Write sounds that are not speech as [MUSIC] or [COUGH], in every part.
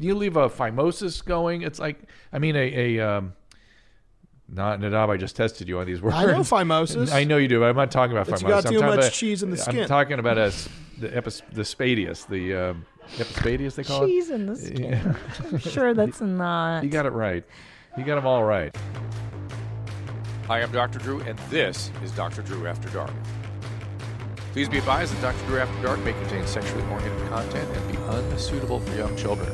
you leave a phimosis going? It's like, I mean, a, a um, not Nadav. I just tested you on these words. I know phimosis. I know you do, but I'm not talking about It's phimosis. got I'm too talking much about- cheese in the I'm skin. talking about a, s- the, epis, the spadius, the um, epispadius they call Cheese in this. it. Yeah. [LAUGHS] I'm sure that's not. You got it right. You got them all right. Hi, I'm Dr. Drew, and this is Dr. Drew After Dark. Please be advised that Dr. Drew After Dark may contain sexually oriented content and be unsuitable for young children.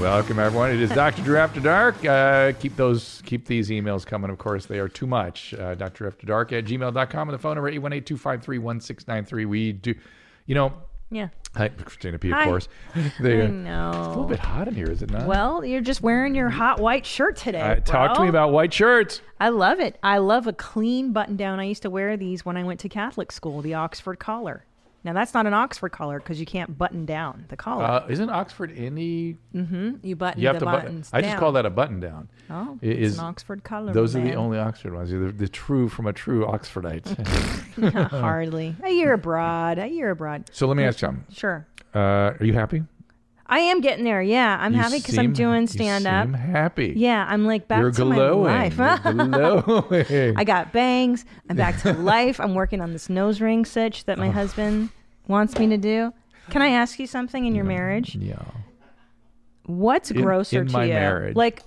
Welcome everyone. It is Dr. Drew After Dark. Uh, keep those keep these emails coming. Of course, they are too much. Uh, Dr. After Dark at gmail.com and the phone number 818-253-1693. We do you know yeah. hi Christina P of Hi. course. [LAUGHS] They, I it's a little know. bit hot in here, is it not? Well, you're just wearing your hot white shirt today. Uh, talk to me bro. about white shirts. I love it. I love a clean button down. I used to wear these when I went to Catholic school, the Oxford collar. Now that's not an Oxford collar because you can't button down the collar. Uh, isn't Oxford any you button you have the to button. buttons I down. just call that a button down. Oh, It it's is- an Oxford collar. Those are the man. only Oxford ones. The, the true from a true Oxfordite. [LAUGHS] [LAUGHS] Hardly a year abroad. A year abroad. so let me ask you something. Sure. Uh, are you happy? I am getting there. Yeah, I'm You happy because I'm seem- doing you stand up. seem happy. Yeah, I'm like back You're to glowing. my life. [LAUGHS] You're glowing. I got bangs. I'm back to life. I'm working on this nose ring sitch Oh. that my husband wants me to do. Can I ask you something in your [LAUGHS] marriage? yeah. What's grosser in to my you? marriage. Like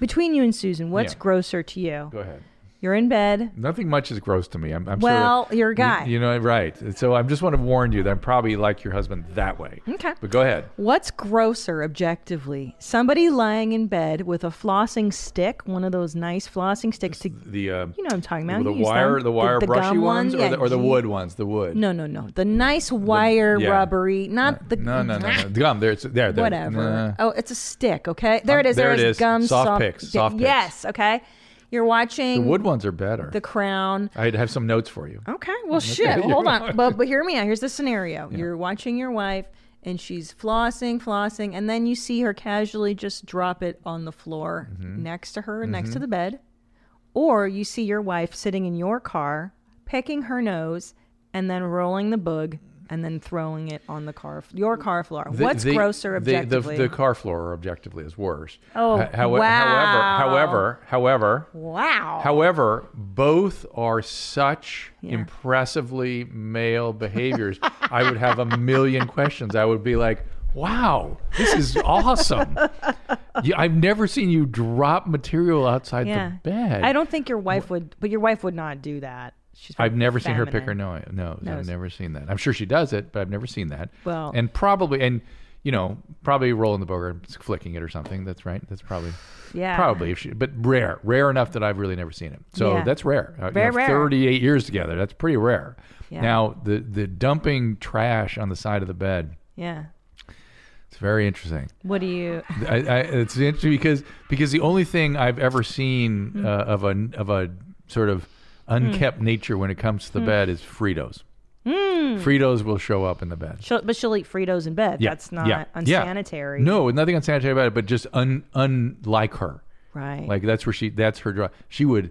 between you and Susan, what's Yeah. grosser to you? Go ahead. You're in bed. Nothing much is gross to me. I'm, I'm Well, sure that- you're a you- guy. You, know, right. So I just want to warn you that I'm probably like your husband that way. Okay. But go ahead. What's grosser objectively? Somebody lying in bed with a flossing stick, one of those nice flossing sticks to The um, you know what I'm talking about. the you use wire, them. the wire brushy gum ones, one, yeah, or the or the gee. wood ones, the wood. No, no, no. The nice wire yeah. rubbery, not the no, no, no, no. Gum. There, it's there. there. whatever. Nah. Oh, it's a stick. Okay, there it is. there it is. is. Gum Soft soft picks, soft picks. Yes. Okay. You're watching the wood ones are better. The Crown. I'd have some notes for you. Okay. Well, shit. you Hold are. [LAUGHS] on. But, but hear me out. Here's the scenario. You're watching your wife, and she's flossing, flossing, and then you see her casually just drop it on the floor Mm-hmm. next to her, next to the bed. Or you see your wife sitting in your car, picking her nose, and then rolling the boog, and then throwing it on the car, your car floor. The- What's the- grosser the- the- objectively? The, car floor objectively is worse. Oh, Ho- howe- wow. However, however, however, wow. However, both are such impressively male behaviors. I would have a million questions. I would be like, wow, this is awesome. You, I've never seen you drop material outside the bed. I don't think your wife would, but your wife would not do that. She's. I've never seen her pick her feminine. nose. No, I've Nose. never seen that. I'm sure she does it, but I've never seen that. Well- and probably, and you know, probably rolling the booger, flicking it or something. That's right. That's probably, Yeah. probably if she, but rare, rare enough that I've really never seen it. So Yeah. that's rare. Uh, you Very know, rare. Thirty-eight years together. That's pretty rare. Yeah. Now the the dumping trash on the side of the bed. Yeah. It's very interesting. What do you? I, I, it's interesting because because the only thing I've ever seen Hmm. uh, of a of a sort of unkept nature when it comes Hmm. to the bed is Fritos. Fritos will show up in the bed. She'll, but she'll eat Fritos in bed. Yeah, That's not yeah, yeah. unsanitary. No, nothing unsanitary about it, but just un unlike her. Right. Like that's where she that's her draw. She would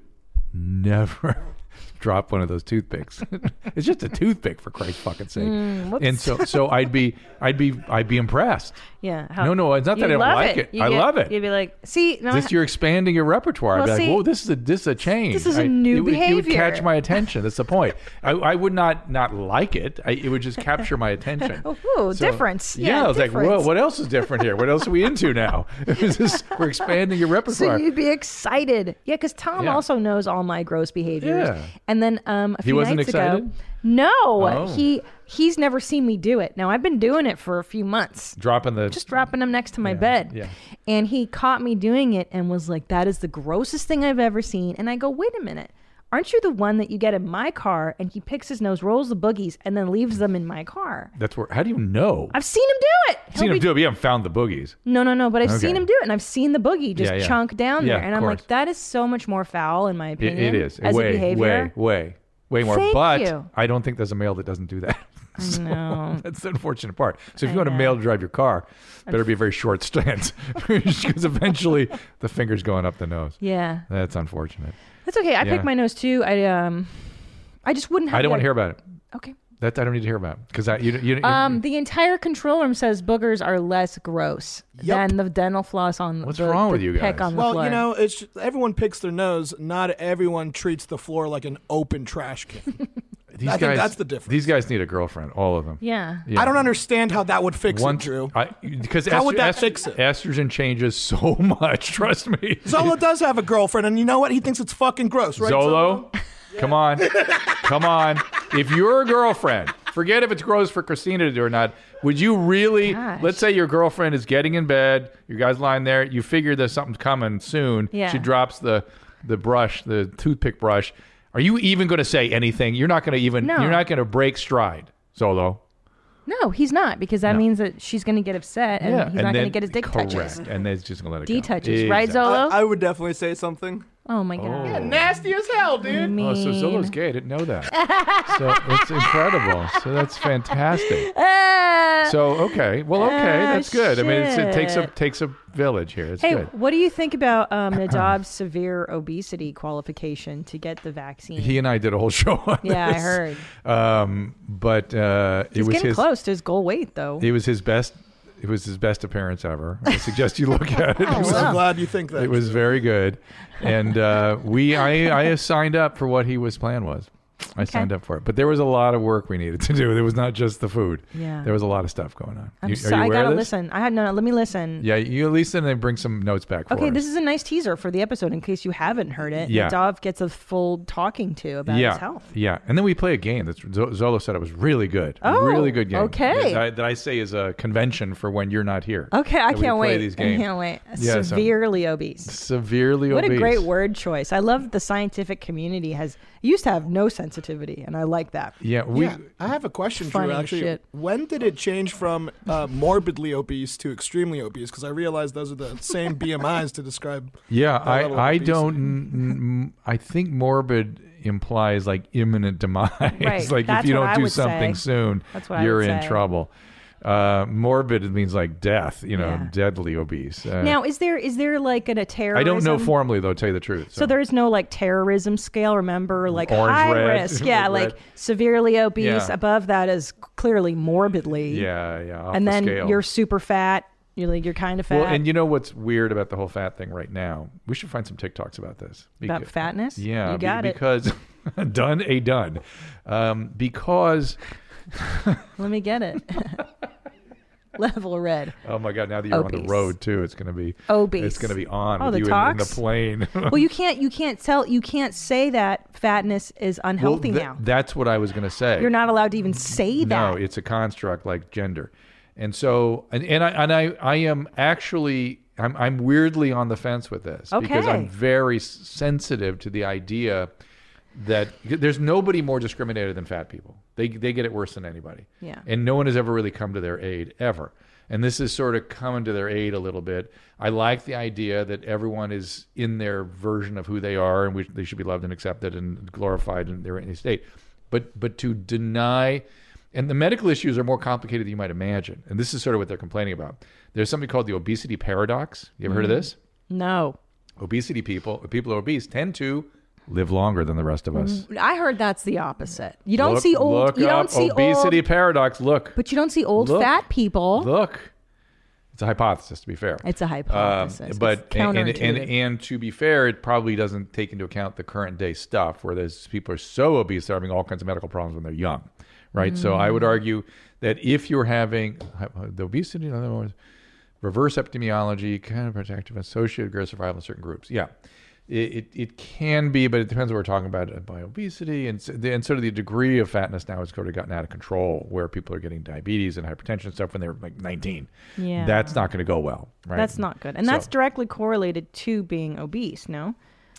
never [LAUGHS] drop one of those toothpicks. [LAUGHS] it's just a toothpick for Christ's fucking sake. Mm, and so so I'd be I'd be I'd be impressed. yeah. No, no, it's not that you'd I don't love like it. You I love it. You'd be like, see, no, [LAUGHS] this you're expanding your repertoire. I'd Well, be like, see, whoa, this is a this is a change. this is a I- new it would- It would behavior. catch [LAUGHS] my attention. That's the point. I, I would not not like it. I, it would just capture my attention. Oh, [LAUGHS] whoa, difference. Yeah, Yeah, I was like, whoa, difference. what else is different here? What else are we into now? [LAUGHS] It's just- we're expanding your [LAUGHS] so repertoire. you'd be excited. Yeah, because Tom Yeah. also knows all my gross behaviors. Yeah. And then um, a few wasn't nights excited? ago, no, Oh. he he's never seen me do it. Now I've been doing it for a few months. Dropping the just dropping them next to my bed. yeah. And he caught me doing it and was like, that is the grossest thing I've ever seen. And I go, wait a minute. Aren't you the one that you get in my car and he picks his nose, rolls the boogies, and then leaves them in my car? That's where. How do you know? I've seen him do it. I've seen He'll him be- do it. but You haven't found the boogies. No, no, no. But I've seen Okay. him do it, and I've seen the boogie just Yeah, yeah. chunk down Yeah, there, of and I'm course. like, that is so much more foul, in my It, opinion. it is as way, a behavior. way, way, way more. Thank but you. I don't think there's a male that doesn't do that. [LAUGHS] So know. [LAUGHS] that's the unfortunate part. So if you want a male to drive your car, better be a very short stance [LAUGHS] because eventually the finger's going up the nose. Yeah, That's unfortunate. that's okay. I Yeah. pick my nose too. I um, I just wouldn't. have I don't the- want to hear about it. Okay. That I don't need to hear about because I you you, you Um, the entire control room says boogers are less gross Yup. than the dental floss on What's the, wrong the with you peck guys? on the Well, floor. you know, it's everyone picks their nose. Not everyone treats the floor like an open [LAUGHS] trash can. these I think guys that's the difference. These guys need a girlfriend, all of them. yeah. I don't understand how that would fix One it, [LAUGHS] Drew. because How estro- would that est- fix it? Estrogen changes so [LAUGHS] much. Trust me. Zola does have a girlfriend, and you know what? He thinks it's fucking gross, right? Zolo, [LAUGHS] come on, come on. If your girlfriend, forget if it's gross for Christina to do or not. Would you really? Gosh. Let's say your girlfriend is getting in bed. You guys lying there. You figure there's something coming soon. Yeah. She drops the the brush, the toothpick brush. Are you even going to say anything? You're not going to even. No. You're not going to break stride, Zolo. No, he's not because that means that she's going to get upset and he's not going to then- get his dick correct. touches. And then it's just going to let it go. D touches, right, Exactly. Zolo? I, I would definitely say something. oh my god. Nasty as hell, dude. Oh, so Zolo's gay. I didn't know [LAUGHS] that. so it's incredible. So that's fantastic. Ah! So okay, well, okay, Ah, that's good. I mean, it's, it takes a shit. takes a village here. It's Hey, good. what do you think [CLEARS THROAT] about um, Nadab's severe obesity qualification to get the vaccine? He and I did a whole [LAUGHS] show on yeah, I this. heard. Um, but uh, it He's was getting his close to his goal weight, though. it was his best it was his best appearance ever. I suggest you look at [LAUGHS] it. It I'm was, so wow. glad you think that. it was very good, and uh, we I I signed up for what he was plan was. I signed up for it, but there was a lot of work we needed to do. There was not just the food. Yeah. there was a lot of stuff going on. I'm You- so, are you I aware gotta of this? listen. I had no. no, Let me listen. Yeah, you at least then they bring some notes back. For Okay, us. this is a nice teaser for the episode in case you haven't heard it. Yeah. Nadav gets a full talking to about yeah, his health. yeah, and then we play a game that Zo- Zolo said it was really good. A Oh, really good game. okay. that I, that I say is a convention for when you're not here. Okay, I That we play can't wait. These [LAUGHS] I games. can't wait. Yeah, so- Severely obese. Severely What obese. a great word choice. I love that the scientific community has used to have no sensitivity, and I like that. Yeah, we. yeah, I have a question, Drew. Funny Actually, shit. when did it change from uh, morbidly obese to extremely obese? Because I realize those are the [LAUGHS] same BMIs to describe. Yeah, the level of I, I obesity. don't. n- n- I think morbid implies like imminent [LAUGHS] demise. like if that's you what don't I do would something say. soon, That's what I you're would in say. trouble. Uh, morbid means like death. You know, Yeah. deadly obese. Uh, Now, is there is there like an, a terrorism? I don't know formally though. to Tell you the truth. So there is no like terrorism scale. Remember, like Mm, Orange, high red, [LAUGHS] risk, yeah, red. like severely obese. Yeah. Above that is clearly morbidly, Yeah, yeah. off and the then scale. you're super fat. You're like you're kind of fat. well, and you know what's weird about the whole fat thing right now? We should find some TikToks about this. about Beca- fatness, Yeah, you be- got it. because [LAUGHS] done a done. Um, because Let me [LAUGHS] get it. [LAUGHS] Level red. oh my god, now that you're on Obese. the road too, it's gonna be Obese. It's gonna be on Oh, with the you in- in, the talks? plane. [LAUGHS] [LAUGHS] Well, you can't you can't tell you can't say that fatness is Well, unhealthy th- now. That's what I was gonna say. You're not allowed to even say that. No, it's a construct like gender. And so and, and I and I, I am actually I'm I'm weirdly on the fence with this because Okay. I'm very s- sensitive to the idea that there's nobody more discriminated than fat people. They they get it worse than anybody. Yeah. And no one has ever really come to their aid ever. And this is sort of coming to their aid a little bit. I like the idea that everyone is in their version of who they are and we, they should be loved and accepted and glorified in their any state. But but to deny and the medical issues are more complicated than you might imagine. And this is sort of what they're complaining about. There's something called the obesity paradox. You ever heard of this? no. Obesity people, people who are obese tend to live longer than the rest of us. I heard that's the opposite. You Mm-hmm. don't Look- see old. look you don't up see obesity old. paradox. Look, But you don't see old Look. fat people. look. It's a hypothesis, to be fair. It's a Um, hypothesis. It's but and, and, and counterintuitive. and to be fair, it probably doesn't take into account the current day stuff where there's people are so obese they're having all kinds of medical problems when they're young, right? So I Mm. would argue that if you're having uh, the obesity, in other words, reverse epidemiology, counterprotective, associated aggressive survival in certain groups, yeah. It, it, it can be, but it depends what we're talking about uh, by obesity and so the, and sort of the degree of fatness now has sort of gotten out of control, where people are getting diabetes and hypertension and stuff when they're like 19. Yeah. that's not going to go well, right? That's not good. And So- that's directly correlated to being obese, no?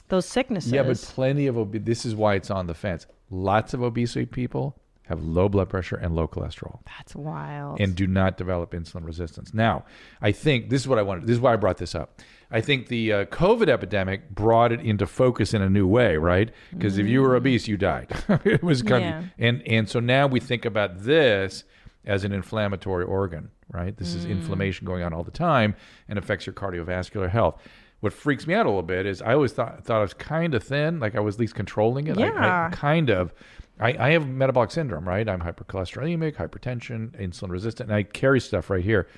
those sicknesses. Yeah, but plenty of obese. This is why it's on the fence. Lots of obese people have low blood pressure and low cholesterol, that's wild. and do not develop insulin resistance. Now, I think this is what I wanted. This is why I brought this up. I think the uh, COVID epidemic brought it into focus in a new way, right? Because if you were obese, you died. [LAUGHS] it was kind Mm. Yeah. of, and and so now we think about this as an inflammatory organ, right? This Mm. is inflammation going on all the time and affects your cardiovascular health. What freaks me out a little bit is I always thought thought I was kind of thin, like I was at least controlling it. I- I- Yeah. kind of. I, I have metabolic syndrome, right? I'm hypercholesterolemic, hypertension, insulin resistant, and I carry stuff right here.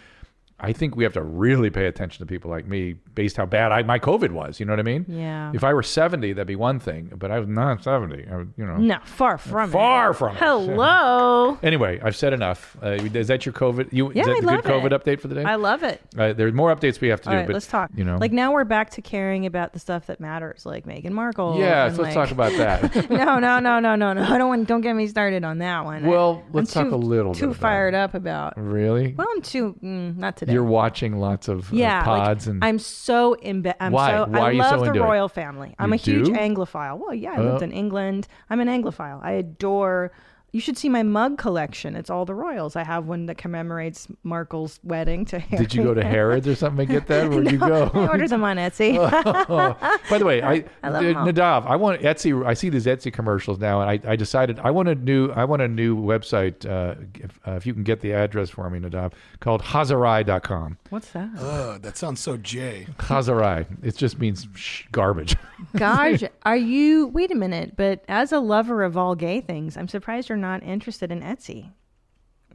I think we have to really pay attention to people like me based how bad I, my COVID was. You know what I mean? Yeah. If I were 70, that'd be one thing, but I was not 70. I, was, you know. no, far from Far it. from it. Hello. Anyway, I've said enough. Uh, is that your COVID? You, Yeah, is that I the love good COVID it. update for the day? I love it. uh, there's more updates we have to All do. right, but, let's talk. You know, like now we're back to caring about the stuff that matters, like Meghan Markle. yeah, and, so let's like- talk about that. [LAUGHS] no, no, no, no, no, no. I don't want. Don't get me started on that one. Well, I'm let's talk too- a little Too bit about fired up about. really? Well, I'm too. Mm, not today. You're watching lots of uh, yeah, like, pods and I'm so imbe- I'm Why? so Why I are you love so the into it? royal family. I'm You a huge do? Oh. Anglophile. Well, yeah, I lived in England. I'm an Anglophile. I adore. You should see my mug collection. It's all the royals. I have one that commemorates Markle's wedding to Harry. Did you go to Harrods or something and get that? Where'd [LAUGHS] you I go? Oh. ordered them on Etsy. [LAUGHS] By the way, I, I uh, love them all. Nadav, I want Etsy. I see these Etsy commercials now, and I, I decided I want a new. I want a new website. Uh, if, uh, if you can get the address for me, Nadav, called Hazarai.com. What's that? Ugh, that sounds so Jay. Hazarai. It just means sh- garbage. [LAUGHS] [LAUGHS] Gosh, are you? Wait a minute. But as a lover of all gay things, I'm surprised you're not interested in Etsy.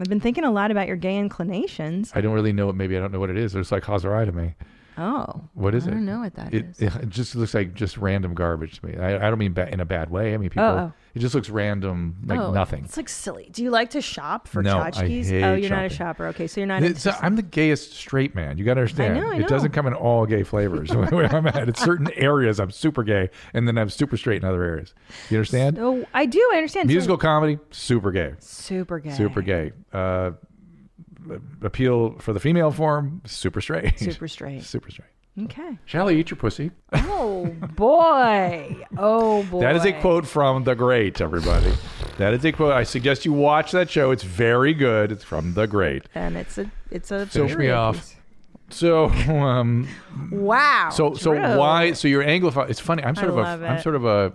I've been thinking a lot about your gay inclinations. I don't really know. what Maybe I don't know what it is. It's like Hazarai to me. Oh, What is I it? don't know what that it, is. It just looks like just random garbage to me. I, I don't mean ba- in a bad way. I mean people. Uh-oh. It just looks random, like Oh, nothing. It's like silly. Do you like to shop for No, I tchotchkes? hate oh, you're not a shopping. shopper. Okay, so you're not. It's- interested. I'm the gayest straight man. You got to understand. I It know. doesn't come in all gay flavors [LAUGHS] where I'm at. It's [LAUGHS] certain areas I'm super gay, and then I'm super straight in other areas. You understand? oh, I do. I understand. So- Musical comedy, super gay, super gay. super gay. Uh, appeal for the female form, super straight. [LAUGHS] Super straight. super straight. Okay. Shall I eat your pussy? Oh boy. Oh boy. That is a quote from The Great, everybody. that is a quote. I suggest you watch that show. It's very good. It's from The Great. And it's a it's a. Finish me period off. piece. So, [LAUGHS] um, Wow. So so Drew. why so you're anglophile? It's funny. I'm sort I of a love am it. sort of a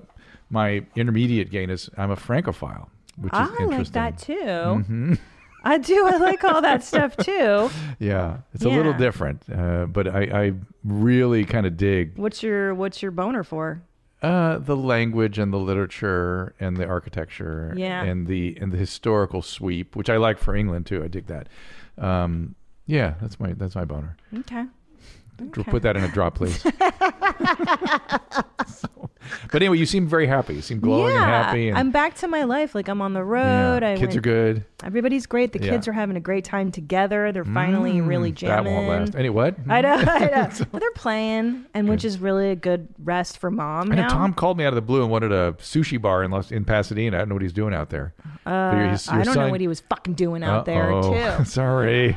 my intermediate gain is I'm a francophile, which is I Ah, like interesting. Mm-hmm. that too. I do. I like [LAUGHS] all that stuff too. Yeah, it's a little Yeah. different, uh, but I, I really kind of dig What's your What's your boner for? uh, the language and the literature and the architecture Yeah. and the and the historical sweep, which I like for England too. I dig that. Um, yeah, that's my that's my boner. Okay. Dr- Put that in a drop, [LAUGHS] please. [LAUGHS] So- but anyway, you seem very happy. You seem glowing yeah, and happy. And I'm back to my life. Like I'm on the Yeah. road. I Kids went, are good. Everybody's great. The Yeah. Mm, kids are having a great time together. They're finally really That jamming. won't last. Any what? I know, I [LAUGHS] know. But they're playing, and which is really a good rest for mom I know now. Tom called me out of the blue and wanted a sushi bar in Los, in Pasadena. I don't know what he's doing out there. But your- his- Uh, I your don't know son- what he was fucking doing out there Uh-oh. [LAUGHS] too. Sorry,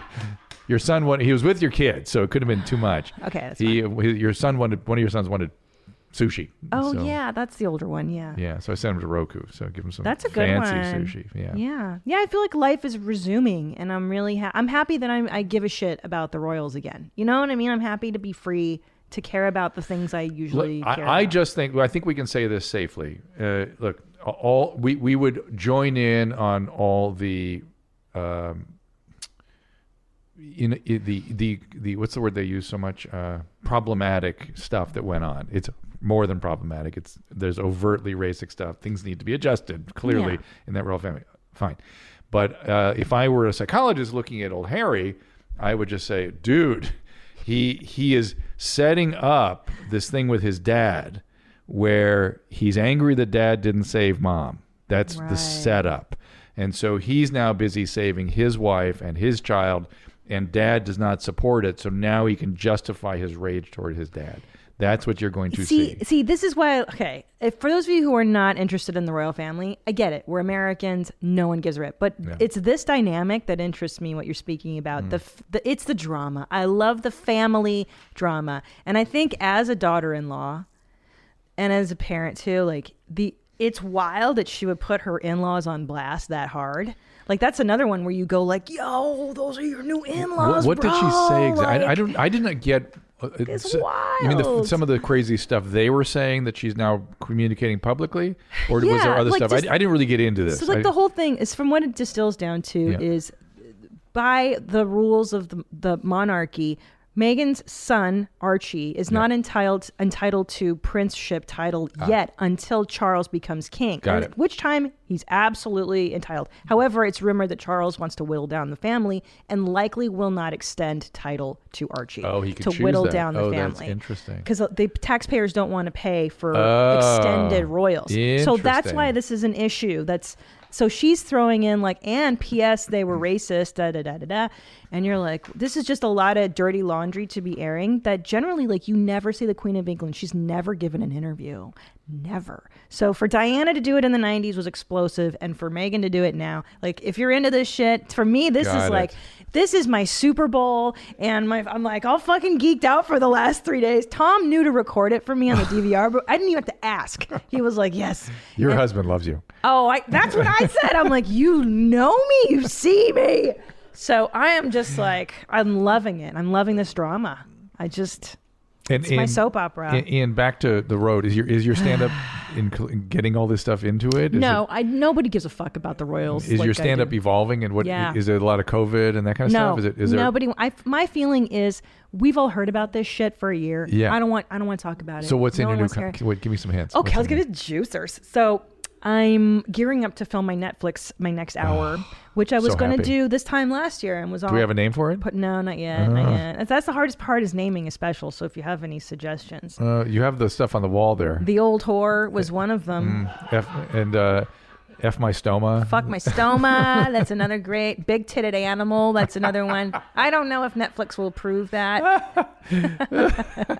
your son wanted. He was with your kid, so it could have been too much. Okay, that's he, his- your son wanted. One of your sons wanted sushi. Oh So- yeah, that's the older one. Yeah. Yeah, so I sent him to Roku. So give him some. That's a good fancy one. sushi. Yeah. Yeah. Yeah, I feel like life is resuming and I'm really ha- I'm happy that I'm I give a shit about the Royals again. You know what I mean? I'm happy to be free to care about the things I Look, usually care I, I about. just think well, I think we can say this safely. Uh, look, all we we would join in on all the, um, in, i the the the what's the word they use so much uh, problematic stuff that went on. It's more than problematic. It's there's overtly racist stuff. Things need to be adjusted clearly Yeah. in that royal family. Fine, but uh, if I were a psychologist looking at old Harry, I would just say, dude he he is setting up this thing with his dad where he's angry that dad didn't save mom that's the Right. setup and so he's now busy saving his wife and his child and dad does not support it so now he can justify his rage toward his dad that's what you're going to see, see, see, this is why. Okay, if, for those of you who are not interested in the royal family, I get it. We're Americans; no one gives a rip. But it's this dynamic that interests me. What you're speaking about, Mm. the, f- the it's the drama. I love the family drama, and I think as a daughter-in-law, and as a parent too, like the it's wild that she would put her in-laws on blast that hard. Like that's another one where you go like, "Yo, those are your new in-laws." What, what did she bro," say exactly? I, like- don't. I didn't get. uh, It's so- You mean the, wild. some of the crazy stuff they were saying that she's now communicating publicly, or was there Yeah, other like stuff? just- I, I didn't really get into this. So like I- the whole thing is from what it distills down to Yeah. is by the rules of the, the monarchy, Megan's son Archie is not entitled entitled to princeship title yet until Charles becomes king. Ah. Got and it. At which time he's absolutely entitled. However, it's rumored that Charles wants to whittle down the family and likely will not extend title to Archie. Oh, he could to choose whittle that. down the Oh, family. that's interesting. Because the taxpayers don't want to pay for Oh, extended royals. So that's why interesting. this is an issue that's so she's throwing in like and ps they were racist da da da da da and you're like this is just a lot of dirty laundry to be airing that generally like you never see the queen of england she's never given an interview never so for diana to do it in the 90s was explosive and for megan to do it now like if you're into this shit for me this Got is it. like this is my Super Bowl, and my I'm like all fucking geeked out for the last three days. Tom knew to record it for me [LAUGHS] on the DVR, but I didn't even have to ask. He was like, "Yes." your husband loves you. Oh, I, that's what I said. I'm like, you know me, you see me. So I am just like, I'm loving it. I'm loving this drama. I just, And, It's my soap opera. And, and back to the road. Is your is your stand [SIGHS] up in getting all this stuff into it? Is no, I nobody gives a fuck about the royals. It, is like your I stand up do. evolving? And what is Yeah. there a lot of COVID and that kind of No, stuff? Is it is there? nobody. I, my feeling is we've all heard about this shit for a year. Yeah. I don't want. I don't want to talk about it. so what's No in your one new? wants to co- hear it. Wait, give me some hints. Okay, What's let's in give it juicers. So I'm gearing up to film my Netflix, my next [SIGHS] hour, which I was so going happy. to do this time last year, and was on. Do we have a name for it? But no, not yet. Ah. Not yet. That's- That's the hardest part is naming a special. So if you have any suggestions, Uh, you have the stuff on the wall there. the old whore was one of them. F and uh, F my stoma. Fuck my stoma. That's another great big titted animal. That's another one. I don't know if Netflix will approve that.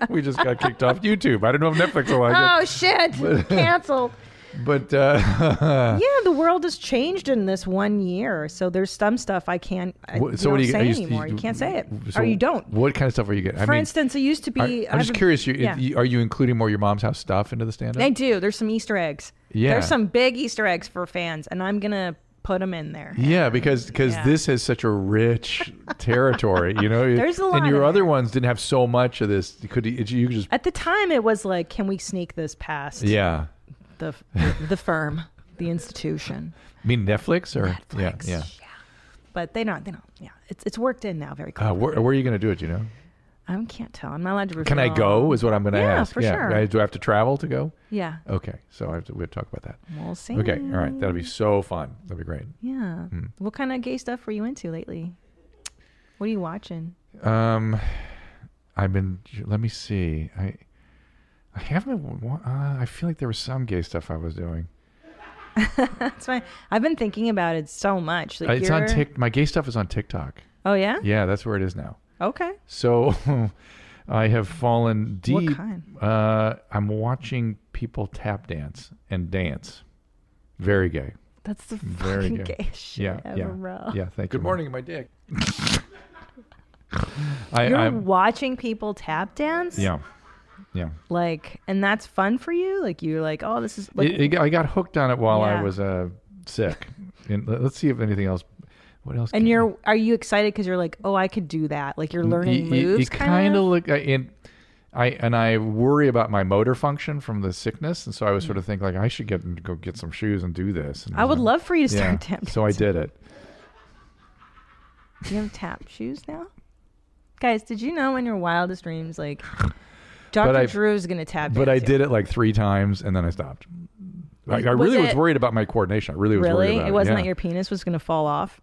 we just got kicked off YouTube. I don't know if Netflix will like [LAUGHS] oh shit! Cancel. it, but uh, Yeah, the world has changed in this one year. So there's some stuff I can't. I, What- you so what don't do you- say are you- anymore. you- You, can't say it, so or you don't. What kind of stuff are you getting? I For mean, instance, it used to are, be. I'm just I've- curious. You, yeah. you- are you including more your mom's house stuff into the stand I up? do. There's some Easter eggs. Yeah. There's some big Easter eggs for fans, and I'm gonna put them in there. Yeah, because because Yeah. this is such a rich territory, you know. [LAUGHS] There's a lot And your in other there. ones didn't have so much of this. You could you could just At the time, it was like, can we sneak this past yeah. the, the [LAUGHS] the firm, the institution? I mean Netflix or yeah Netflix. But they don't. They don't. Yeah. It's it's worked in now very yeah. Uh, quickly. where, where are you going to do it? You know, I can't tell. I'm not allowed to. Reveal. can I go? Is what I'm going to Yeah, ask. for yeah, sure. I- do I have to travel to go? Yeah. Okay, so I have to, we have to talk about that. We'll see. Okay, all right, Hmm. that'll be so fun. That'll be great. Yeah. What kind of gay stuff were you into lately? What are you watching? [LAUGHS] Um, I've been. Let me see. I I haven't. wa- Uh, I feel like there was some gay stuff I was doing. That's fine. I've been thinking about it so much. Like Uh, It's on you're- Tik. My gay stuff is on TikTok. Oh yeah. Yeah, that's where it is now. Okay. So [LAUGHS] I have fallen deep. What kind? Uh, I'm watching people tap dance and dance. Very gay. That's the Very fucking good. gay [LAUGHS] shit Yeah, ever, yeah, bro. yeah. Thank you. Good morning, my dick. I, You're I, watching people tap dance, yeah, yeah. Like, and that's fun for you. Like, you're like, oh, this is like, It- it got- I got hooked on it while I Yeah. was uh, sick. and let- let's see if anything else. What else? and can- you're are you excited because you're like, oh, I could do that. Like, you're learning You- you- moves, You kind of look I- and I and I worry about my motor function from the sickness, and so I was sort of think like I should get go get some shoes and do this. And Mm. I would so- love for you to Yeah. start tap. So I did it. Do you have tap shoes now, guys? Did you know in your wildest [LAUGHS] dreams, like, Doctor I- Drew's gonna tap? But I dance you? did it like three times, and then I stopped. I, I Was really was it- worried about my coordination. I really was Really, worried about it. it wasn't yeah. that your penis was gonna fall off.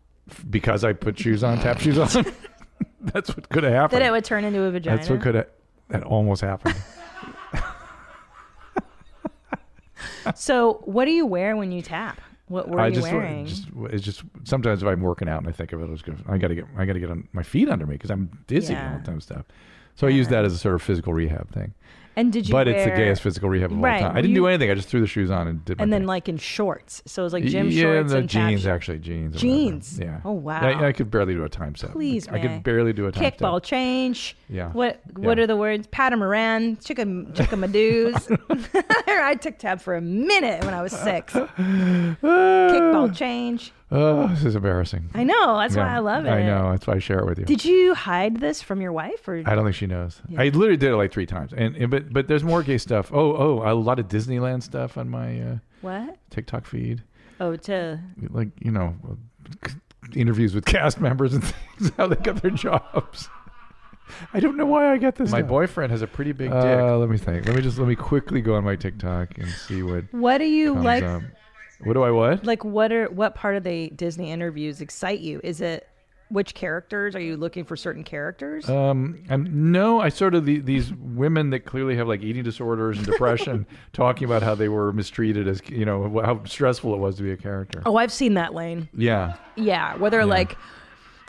because I put shoes on, tap shoes on. [LAUGHS] That's what could have happened. That it would turn into a vagina. That's what could have. That almost happened. So, what do you wear when you tap? [LAUGHS] What were I you just, wearing? just it's just sometimes if I'm working out and I think of it, it's good. I gotta get I gotta get on my feet under me because I'm dizzy and all Yeah. that time stuff. So I use that as a sort of physical rehab thing. And did you? But it's the wear- gayest physical rehab of Right, all time. I were didn't do you- anything. I just threw the shoes on and did. My And then thing. like in shorts, so it was like gym yeah, shorts no, and jeans caption- actually jeans. or Jeans. whatever. Yeah. Oh, wow. I, I could barely do a time set. Please, I may I? could barely do a time set. Kickball change. Yeah. What What Yeah. are the words? Patamaran, chicka [LAUGHS] chickamadoos. [LAUGHS] I took tab for a minute when I was six. Kickball change. Oh, Ah! this is embarrassing. I know. That's why Yeah, I love it. I know. That's why I share it with you. Did you hide this from your wife or? I don't think she knows. I literally did it like three times, and, and but but there's more gay stuff. Oh oh, a lot of Disneyland stuff on my uh, what? TikTok feed, Oh, to like you know, interviews with cast members and [LAUGHS] things, how they got their jobs. I don't know why I got this. My now. boyfriend has a pretty big dick. Uh, let me think. Let me just let me quickly go on my TikTok and see what what do you comes like? up. What do I what? Like what are what part of the Disney interviews excite you? Is it which characters are you looking for? Certain characters? Um, I'm, no, I sort of the, these women that clearly have like eating disorders and [LAUGHS] depression, talking about how they were mistreated as you know how stressful it was to be a character. oh, I've seen that lane. Yeah. Yeah, where they're like,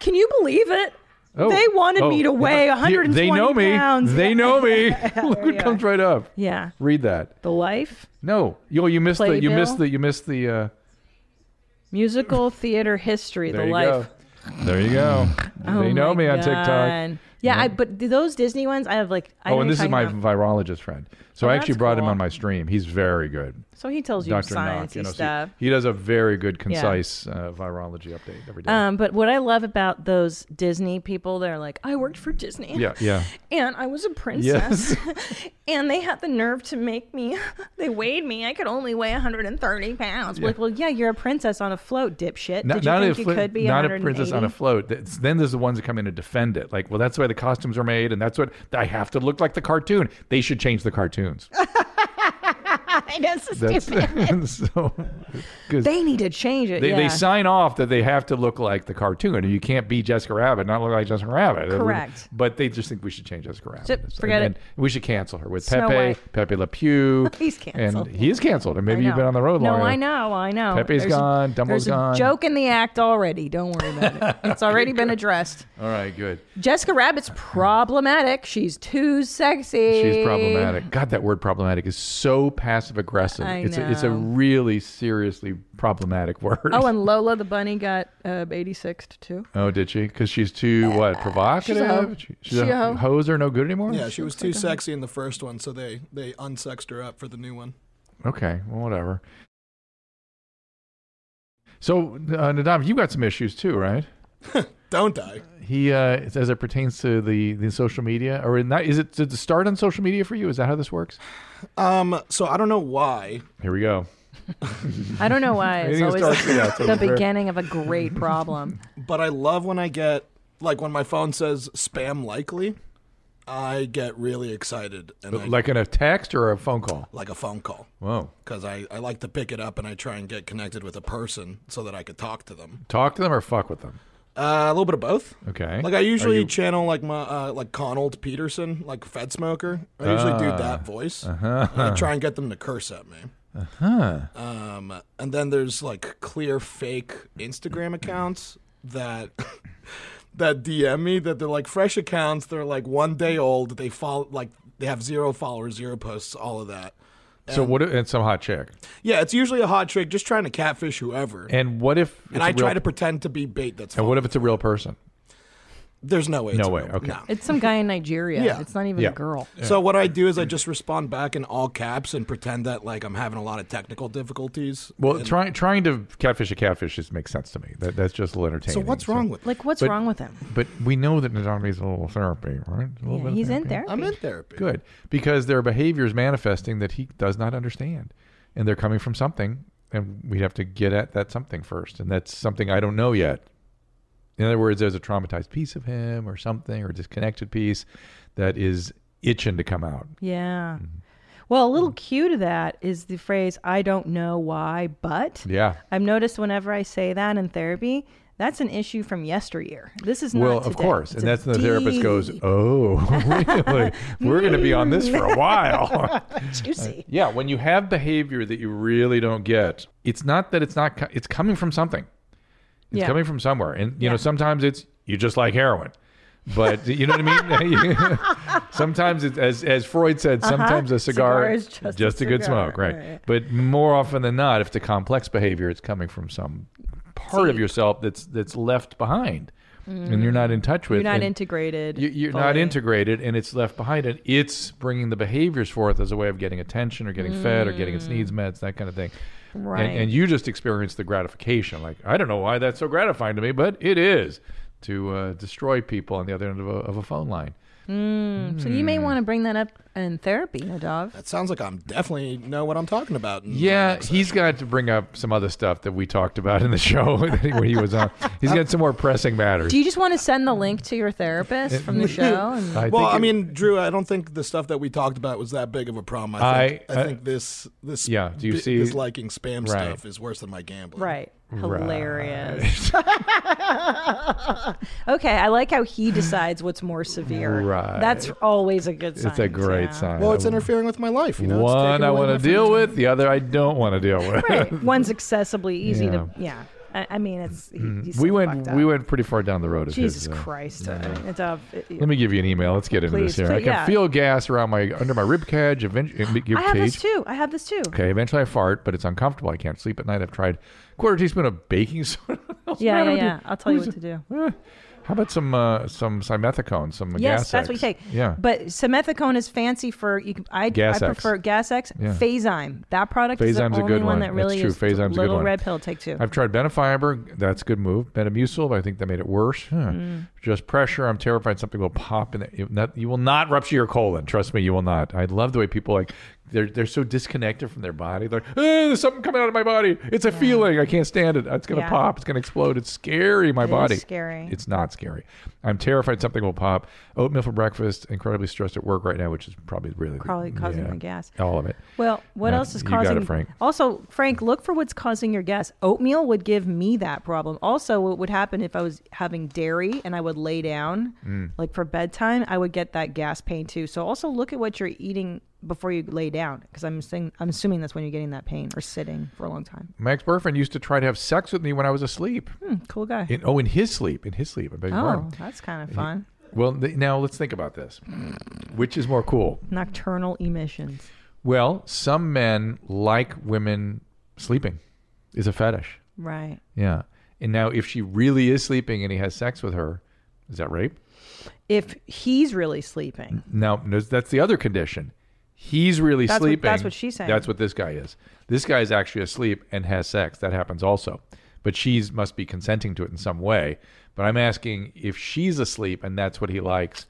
"Can you believe it? Oh, They wanted oh, me to weigh yeah. 120 They know me. pounds." They know me. [LAUGHS] Look what you comes right up. yeah, Read that. the life No, you you missed the you Playbill? missed the you missed the. Uh, musical theater history. there the you life. go. There you go. Oh they know my me on TikTok. God. Yeah, I, but those Disney ones, I have like. I know Oh, and you're this is talking my about. virologist friend. So Oh, I actually that's brought him cool. on my stream. He's very good. So he tells you Dr. Knock, sciencey you know, so stuff. he does a very good, concise uh, virology update every day. Um, but what I love about those Disney people, they're like, I worked for Disney. yeah, yeah. [LAUGHS] And I was a princess. [LAUGHS] and they had the nerve to make me, [LAUGHS] they weighed me. I could only weigh 130 pounds. Like, well, yeah, you're a princess on a float, dipshit. Not, Did you not think a you flo- could be not a princess on a 180? float. That's- then there's the ones that come in and defend it. Like, well, that's why the costumes are made, and that's what I have to look like the cartoon. They should change the [LAUGHS] cartoons. I know, it's so That's [LAUGHS] stupid. so. 'cause They need to change it. they, yeah. they sign off that they have to look like the cartoon, and you can't be Jessica Rabbit, not look like Jessica Rabbit. That would- Correct. But they just think we should change Jessica Rabbit. So, And forget then it. We should cancel her with Snow Pepe, White. Pepe [LAUGHS] Le Pew. He's canceled. And he is canceled. And maybe I you've know. been on the road No, long I enough. know, I know. Pepe's There's a- gone, Dumbo's there's a gone. joke in the act already. Don't worry [LAUGHS] about it. It's already been addressed. All right, good. Jessica Rabbit's problematic. She's too sexy. She's problematic. God, that word problematic is so passive aggressive. I It's, a, it's a know. really seriously problematic word. Oh, and Lola the bunny got uh, 86 too. [LAUGHS] Oh, did she? Because she's too, what, provocative? hoe. She- She a hoe. hoes are no good anymore? Yeah, she was too sexy in the first one, so they they unsexed her up for the new one. Okay, well, whatever. So, uh, Nadam, you got some issues too, right? Don't I? He, uh, as it pertains to the, the social media, or not, is it did it start on social media for you? Is that how this works? Um, so I don't know why. Here we go. I don't [LAUGHS] know why. It's Anything always that starts- yeah, it's the always very- beginning of a great problem. but I love when I get like when my phone says spam likely, I get really excited and I, like [COUGHS] Like in a text or a phone call? like a phone call Whoa. because I, I like to pick it up and I try and get connected with a person so that I could talk to them. Talk to them or fuck with them? Uh, a little bit of both. Okay. Like I usually channel like my uh, like Conald Peterson, like Fed Smoker. I usually do Ah. that voice. Uh-huh. And I try and get them to curse at me. Uh-huh. Um, and then there's like clear fake Instagram accounts that [LAUGHS] that DM me that they're like fresh accounts. They're like one day old. They follow like they have zero followers, zero posts, all of that. So um, what? if- And some hot chick. Yeah, it's usually a hot trick, just trying to catfish whoever. And, And what if? it's a I real- try to pretend to be bait. That's And fun. what if it's a real person? there's no way. it's No a way, real- okay. no. It's some guy in Nigeria. Yeah. It's not even Yeah. Mm. a girl. So what I do is I just respond back in all caps and pretend that like I'm having a lot of technical difficulties. Well, trying trying to catfish a catfish just makes sense to me. That that's just a little entertaining. so what's wrong with? Like, what's But- wrong with him? But we know that Nadami's a little therapy, right? A little Yeah, bit of he's in therapy. therapy. I'm in therapy. Good, because there are behaviors manifesting that he does not understand, and they're coming from something, and we have to get at that something first, and that's something I don't know yet. In other words, there's a traumatized piece of him, or something, or disconnected piece that is itching to come out. Yeah. Mm-hmm. Well, a little Mm. cue to that is the phrase, I don't know why, but. Yeah. I've noticed whenever I say that in therapy, that's an issue from yesteryear. This is Well, not of today. course, It's and a that's when the therapist goes, deep, "Oh, [LAUGHS] really? We're going to be on this for [LAUGHS] a while." [LAUGHS] juicy. yeah, when you have behavior that you really don't get, it's not that it's not co- it's coming from something. It's Yeah. coming from somewhere, and you Yeah. know sometimes it's you just like heroin. But you know what I mean? [LAUGHS] sometimes, it, as as Freud said, sometimes a cigar, Uh-huh. Cigar is just a a, good cigar, smoke, right? right. But more often than not, if it's a complex behavior, it's coming from some part of yourself that's that's left behind, and you're not in touch with. Mm. You're not and integrated. you- You're not fully. integrated, and it's left behind, and it's bringing the behaviors forth as a way of getting attention or getting fed or getting its needs met, that kind of thing. Mm. Right. And, and you just experience the gratification. Like, I don't know why that's so gratifying to me, but it is to uh, destroy people on the other end of a, of a phone line. so you Mm. may want to bring that up in therapy, [LAUGHS] Nadav. That sounds like I'm definitely know what I'm talking about. in my Yeah, next he's got to bring up some other stuff that we talked about in the show [LAUGHS] that he- when he was on. He's got some more pressing matters. Do you just want to send the link to your therapist from [LAUGHS] the show? And I well, think I it- mean, Drew, I don't think the stuff that we talked about was that big of a problem. I think, I, I- I- think this this Yeah, do you bi- see- this liking spam Right. stuff is worse than my gambling. right. Hilarious. [LAUGHS] okay, I like how he decides what's more severe. Right. That's always a good sign. it's a great yeah. sign. Well, it's interfering with my life. You know, It's One taking I away want my to deal freedom. with, the other I don't want to deal [LAUGHS] with. [LAUGHS] Right. One's accessibly easy to. Yeah. I, I mean, it's. He, he's Mm-hmm. we so went fucked up. we went pretty far down the road. Of Jesus his, uh, Christ. I mean, Nadav, it- Let me give you an email. Let's get into Please, this here. I please, can yeah. feel gas around my under my rib cage. Eventually, I have this too. I have this too. Okay, eventually I fart, but it's uncomfortable. I can't sleep at night. I've tried quarter teaspoon of baking [LAUGHS] soda. What's the Yeah, matter yeah, with you? yeah. I'll tell you what to do. Eh, How about some uh, some simethicone, some Yes, Gas that's what you take. Yeah, But simethicone is fancy for you. Can, I, Gas I X. prefer Gas X. Yeah. Phazyme. That product is the Phazyme's a only good one. that That's really true. is Phazyme's a good little one. red pill. Take 2 I've tried Benefiber. That's a good move. Metamucil, but I think that made it worse. Huh. Mm. Just pressure. I'm terrified something will pop in. It. Not, you will not rupture your colon. Trust me, you will not. I love the way people like they're they're so disconnected from their body. They're like, "Eh, there's something coming out of my body. It's a feeling. I can't stand it. It's gonna Yeah. pop. It's gonna explode. It's scary. My is body. scary. It's not scary. I'm terrified something will pop. Oatmeal for breakfast. Incredibly stressed at work right now, which is probably really Probably causing the gas. All of it. Well, what Yeah, else is you got causing? it, Frank. Also, Frank, look for what's causing your gas. Oatmeal would give me that problem. Also, what would happen if I was having dairy and I would lay down, Mm. like for bedtime, I would get that gas pain too. So also look at what you're eating before you lay down, because I'm saying, I'm assuming that's when you're getting that pain or sitting for a long time. My ex boyfriend used to try to have sex with me when I was asleep. Hmm, cool guy. In, oh, in his sleep. In his sleep. I beg your oh, pardon. that's kind of fun. Well, th- now let's think about this. Which is more cool? Nocturnal emissions. Well, some men like women sleeping, is a fetish. Right. Yeah. And now, if she really is sleeping and he has sex with her, is that rape? If he's really sleeping, Now, no, that's the other condition. He's really That's what- sleeping. that's what she's saying. That's what this guy is. This guy is actually asleep and has sex. That happens also. But she's must be consenting to it in some way. But I'm asking if she's asleep and that's what he likes.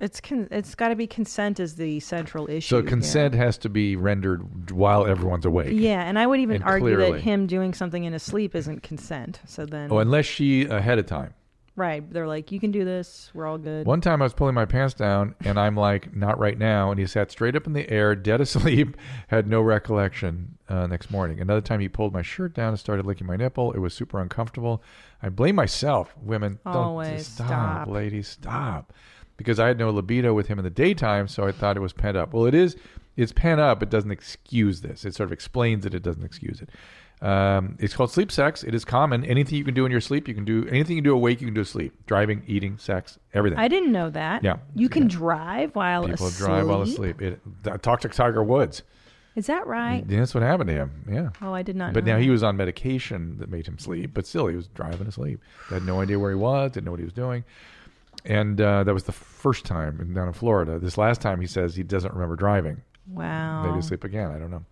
it's con- it's got to be consent is the central issue. So here. consent has to be rendered while everyone's awake. Yeah, and I would even And argue clearly. that him doing something in his sleep isn't consent. So then, Oh, unless she ahead of time. right? They're like, you can do this. We're all good. One time I was pulling my pants down and I'm like, not right now. And he sat straight up in the air, dead [LAUGHS] asleep, had no recollection uh, next morning. Another time he pulled my shirt down and started licking my nipple. It was super uncomfortable. I blame myself. Women, don't Always stop. ladies, stop. Because I had no libido with him in the daytime, so I thought it was pent up. Well, it is. It's pent up. It doesn't excuse this. It sort of explains it. It doesn't excuse it. Um, it's called sleep sex. It is common. Anything you can do in your sleep, you can do. Anything you do awake, you can do asleep. Driving, eating, sex, everything. I didn't know that. Yeah. you can drive while People asleep. drive while asleep. It, th- talk to Tiger Woods. Is that right? Yeah, That's what happened to him. Yeah. Oh, I did not. But know now he was on medication that made him sleep, but still he was driving asleep. Had no idea where he was, didn't know what he was doing. And uh, that was the first time in- down in Florida. This last time he says he doesn't remember driving. that. Wow. Maybe asleep again. I don't know.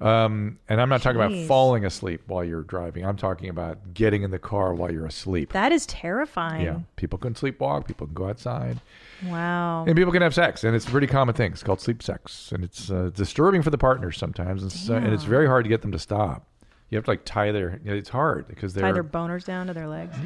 Um, and I'm not talking Oh. Jeez. about falling asleep while you're driving. I'm talking about getting in the car while you're asleep. That is terrifying. yeah. People can sleepwalk. People can go outside. Wow. And people can have sex, and it's a pretty common thing. It's called sleep sex, and it's uh, disturbing for the partners sometimes, and, so, and it's very hard to get them to stop. You have to like tie their. you know, It's hard because they're. Tie their boners down to their legs.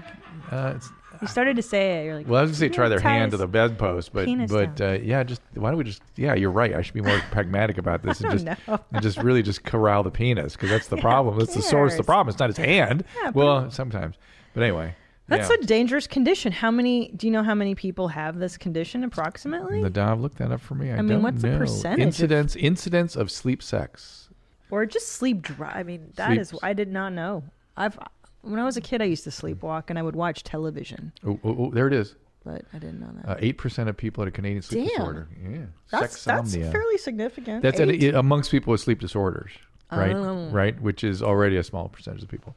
uh, it's, You started to say it. You're like, well, I was gonna say try their Tie hand to his the bedpost, but penis but down. uh, yeah, just why don't we just yeah, you're right. I should be [LAUGHS] more pragmatic about this and just know. and just really just corral the penis because that's the problem. That's the source of the cares? problem. It's not his hand. Yeah, but- well, sometimes, but anyway. That's yeah. a dangerous condition. How many? Do you know how many people have this condition approximately? Nadav, look that up for me. I, mean, don't what's the know. percentage of- Incidents, incidents of sleep sex. or just sleep dry. I mean, that is Sleeps. I did not know. I've when I was a kid, I used to sleepwalk and I would watch television. Oh, oh, oh, there it is. but I didn't know that. Eight percent of people had a Canadian sleep Damn. disorder. Yeah, that's that's Sexsomnia. fairly significant. That's an, Eight? it- amongst people with sleep disorders, right? Oh. Right, which is already a small percentage of people.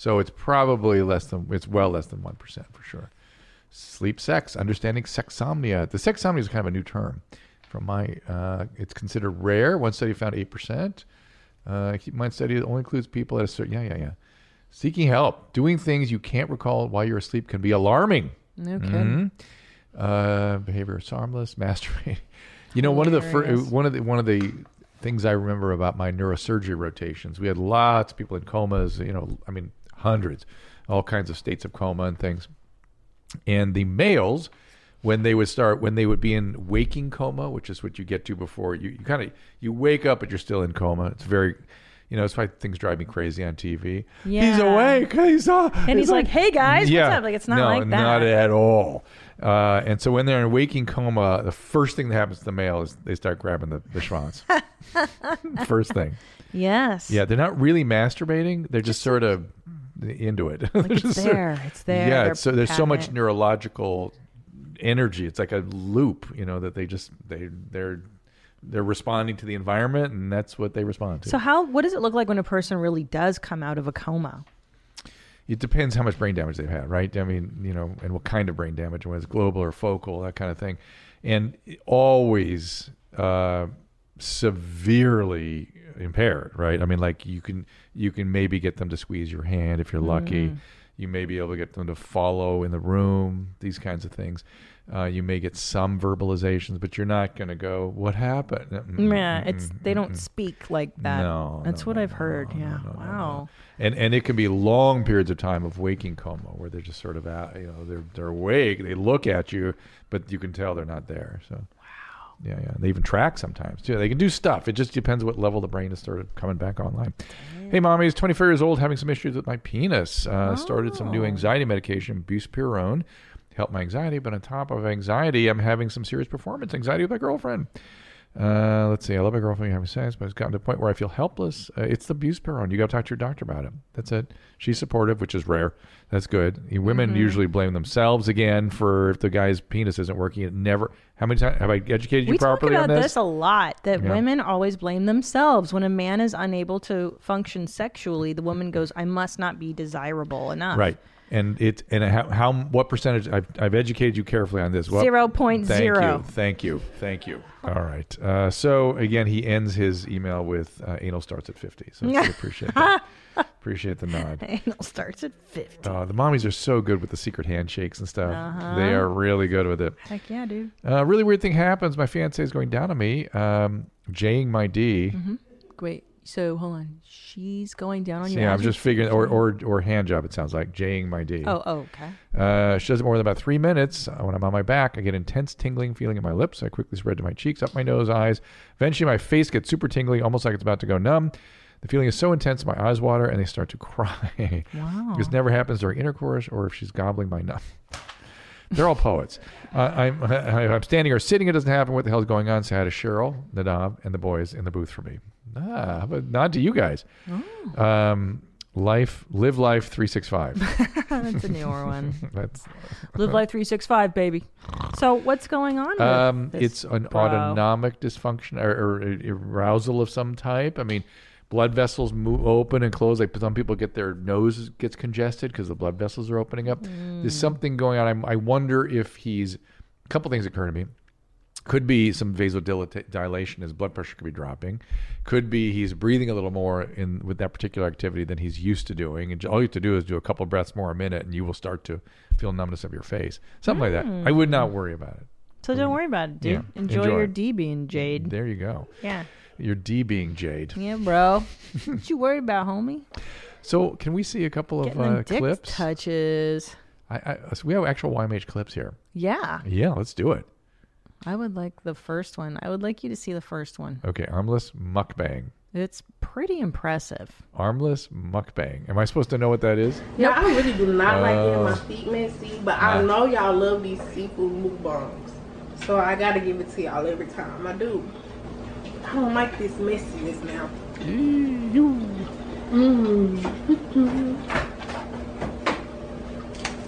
So it's probably less than it's well less than one percent for sure. Sleep sex, understanding sexomnia. The sexomnia is kind of a new term. From my, uh, it's considered rare. One study found eight percent. Uh, keep in mind, study only includes people at a certain. Yeah, yeah, yeah. Seeking help, doing things you can't recall while you're asleep can be alarming. no kidding. Mm-hmm. Uh, behavior is harmless. Masturbating. [LAUGHS] You know, one of the fir- Hilarious. one of the one of the things I remember about my neurosurgery rotations, we had lots of people in comas. You know, I mean, hundreds, all kinds of states of coma and things. And the males, when they would start, when they would be in waking coma, which is what you get to before you, you kind of you wake up, but you're still in coma. It's very, you know, it's why things drive me crazy on TV. He's Yeah. awake. He's uh, And he's like, "Hey, guys, what's up?" Like, it's not no, like that. Not at all. Uh, and so when they're in waking coma, the first thing that happens to the male is they start grabbing the, the [LAUGHS] schwanz. first thing. Yes. Yeah, they're not really masturbating. They're just sort of into it. They're [LAUGHS] it's just sort of- there, it's there, Yeah. they're it's so there's so much patting it. neurological energy. It's like a loop, you know, that they just they they're they're responding to the environment, and that's what they respond to. So how what does it look like when a person really does come out of a coma? it depends how much brain damage they've had, right? I mean, you know, and what kind of brain damage, whether it's global or focal, that kind of thing. And always uh, severely impaired, right? I mean, like you can you can maybe get them to squeeze your hand if you're lucky. You may be able to get them to follow in the room. These kinds of things. Uh, you may get some verbalizations, but you're not going to go, "What happened?" Mm-mm, Yeah, mm-mm, it's they don't speak like that. Mm-hmm. No, That's no, what no, I've heard. no, no, yeah. no, no, no. wow. And and it can be long periods of time of waking coma where they're just sort of out, you know, they're they're awake, they look at you, but you can tell they're not there. So wow. Yeah, yeah. They even track sometimes too. They can do stuff. It just depends what level the brain is sort of coming back online. Hey, mommy is 24 years old, having some issues with my penis. Uh, Started some new anxiety medication, buspirone, helped my anxiety. But on top of anxiety, I'm having some serious performance anxiety with my girlfriend. Uh, let's see. I love my girlfriend. Having sex, but it's gotten to a point where I feel helpless. Uh, it's the buspirone. You got to talk to your doctor about it. That's it. She's supportive, which is rare. That's good. You- Women Mm-hmm. usually blame themselves again for if the guy's penis isn't working. It never. How many times have I educated you We talk properly about on this? this? a lot that Yeah. women always blame themselves. When a man is unable to function sexually, the woman goes, I must not be desirable enough. Right. [LAUGHS] And it and how, how what percentage I've, I've educated you carefully on this. What- 0.0. Thank you. Thank you. Thank you. All right. Uh, so again, he ends his email with uh, anal starts at 50. So [LAUGHS] we appreciate that. appreciate the nod. Anal starts at 50. Uh, the mommies are so good with the secret handshakes and stuff. They are really good with it. Heck yeah, dude. Uh, really weird thing happens. My fiance is going down on me, um, jaying my D. Wait, so hold on. She's going down on So, you. yeah, as I'm you- just figuring, or or or hand job. It sounds like jaying my D. [LAUGHS] Oh, oh, okay. [LAUGHS] Uh, she does it more than about three minutes. Uh, When I'm on my back, I get intense tingling feeling in my lips. I quickly spread to my cheeks, up my nose, eyes. Eventually, my face gets super tingling, almost like it's about to go numb. The feeling is so intense, my eyes water and they start to [LAUGHS] cry. Wow. this never happens during intercourse or if she's gobbling my nut. They're all poets. Uh, I'm, [LAUGHS] I, I'm standing or sitting. It doesn't happen. What the hell's going on? So I had a Cheryl, Nadav, and the boys in the booth for me. Ah, but nod to you guys. Um, life, live life 365. That's a [LAUGHS] newer one. That's Live Life 365, baby. So what's going on? with Um, this it's an bro? autonomic dysfunction or, or a- arousal of some type. I mean, blood vessels move open and close. Like some people get their nose gets congested because the blood vessels are opening up. There's something going on. I'm, I wonder if he's. A couple things occur to me. Could be some vasodilation. His blood pressure could be dropping. Could be he's breathing a little more in with that particular activity than he's used to doing. And all you have to do is do a couple breaths more a minute, and you will start to feel numbness of your face. Something like that. I would not worry about it. So don't worry about it, dude. Yeah. Enjoy, Enjoy. your D being Jade. There you go. Yeah. Your D being Jade. [LAUGHS] Yeah, bro. what you worried about, homie? So can we see a couple of Getting uh, them dick clips? touches. I, I, so we have actual YMH clips here. Yeah. Yeah, let's do it. I would like the first one. I would like you to see the first one. Okay, armless mukbang. It's pretty impressive. Armless mukbang. Am I supposed to know what that is? Yeah, I really do not like getting my feet messy, but I know y'all love these seafood mukbangs. So I gotta give it to y'all every time. I do. I don't like this messiness now. Mm.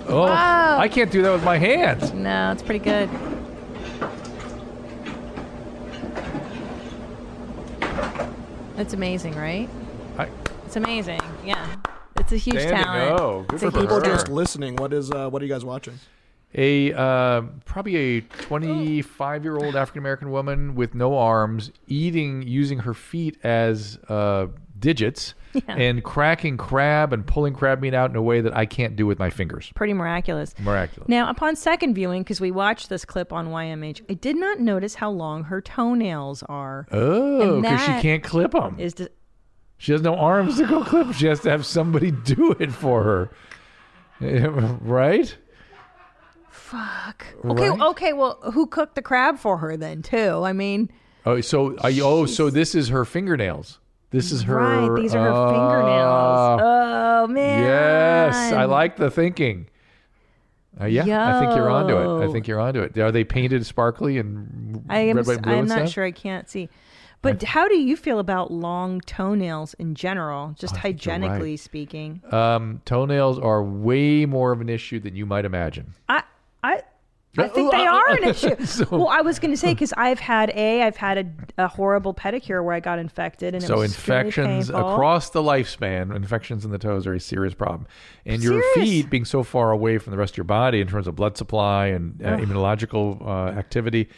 Oh, Wow. I can't do that with my hands. No, it's pretty good. That's amazing, right? I, It's amazing. Yeah. It's a huge Standing talent. O. Good It's a for huge People her. talent. just listening. What is uh, what are you guys watching? a uh, probably a 25 year old African American woman with no arms eating using her feet as uh, digits and cracking crab and pulling crab meat out in a way that I can't do with my fingers. Pretty miraculous. Miraculous. Now, upon second viewing, because we watched this clip on YMH, I did not notice how long her toenails are. Oh, And because she that can't clip them. Is to, She has no arms to go clip. 'em. She has to have somebody [LAUGHS] do it for her. [LAUGHS] Eh, Right? fuck. Okay, Right? okay. Well, who cooked the crab for her then? Too. I mean, Oh, so I, oh, so this is her fingernails. This is her. right? These are her uh, fingernails. Oh man. Yes, I like the thinking. Uh, yeah, I think you're onto it. I Yo. think you're onto it. Are they painted sparkly and I am. red, white, s- blue I'm and not stuff? sure. I can't see. But how do you feel about long toenails in general, just Oh, think you're right. hygienically speaking? Um, toenails are way more of an issue than you might imagine. I, I, I Uh, think they uh, are an uh, [LAUGHS] issue. so- well, I was going to say because I've had a, I've had a, a horrible pedicure where I got infected, and it So was extremely infections painful. across the lifespan, infections in the toes are a serious problem, and your Serious. feet being so far away from the rest of your body in terms of blood supply and uh, immunological uh, activity,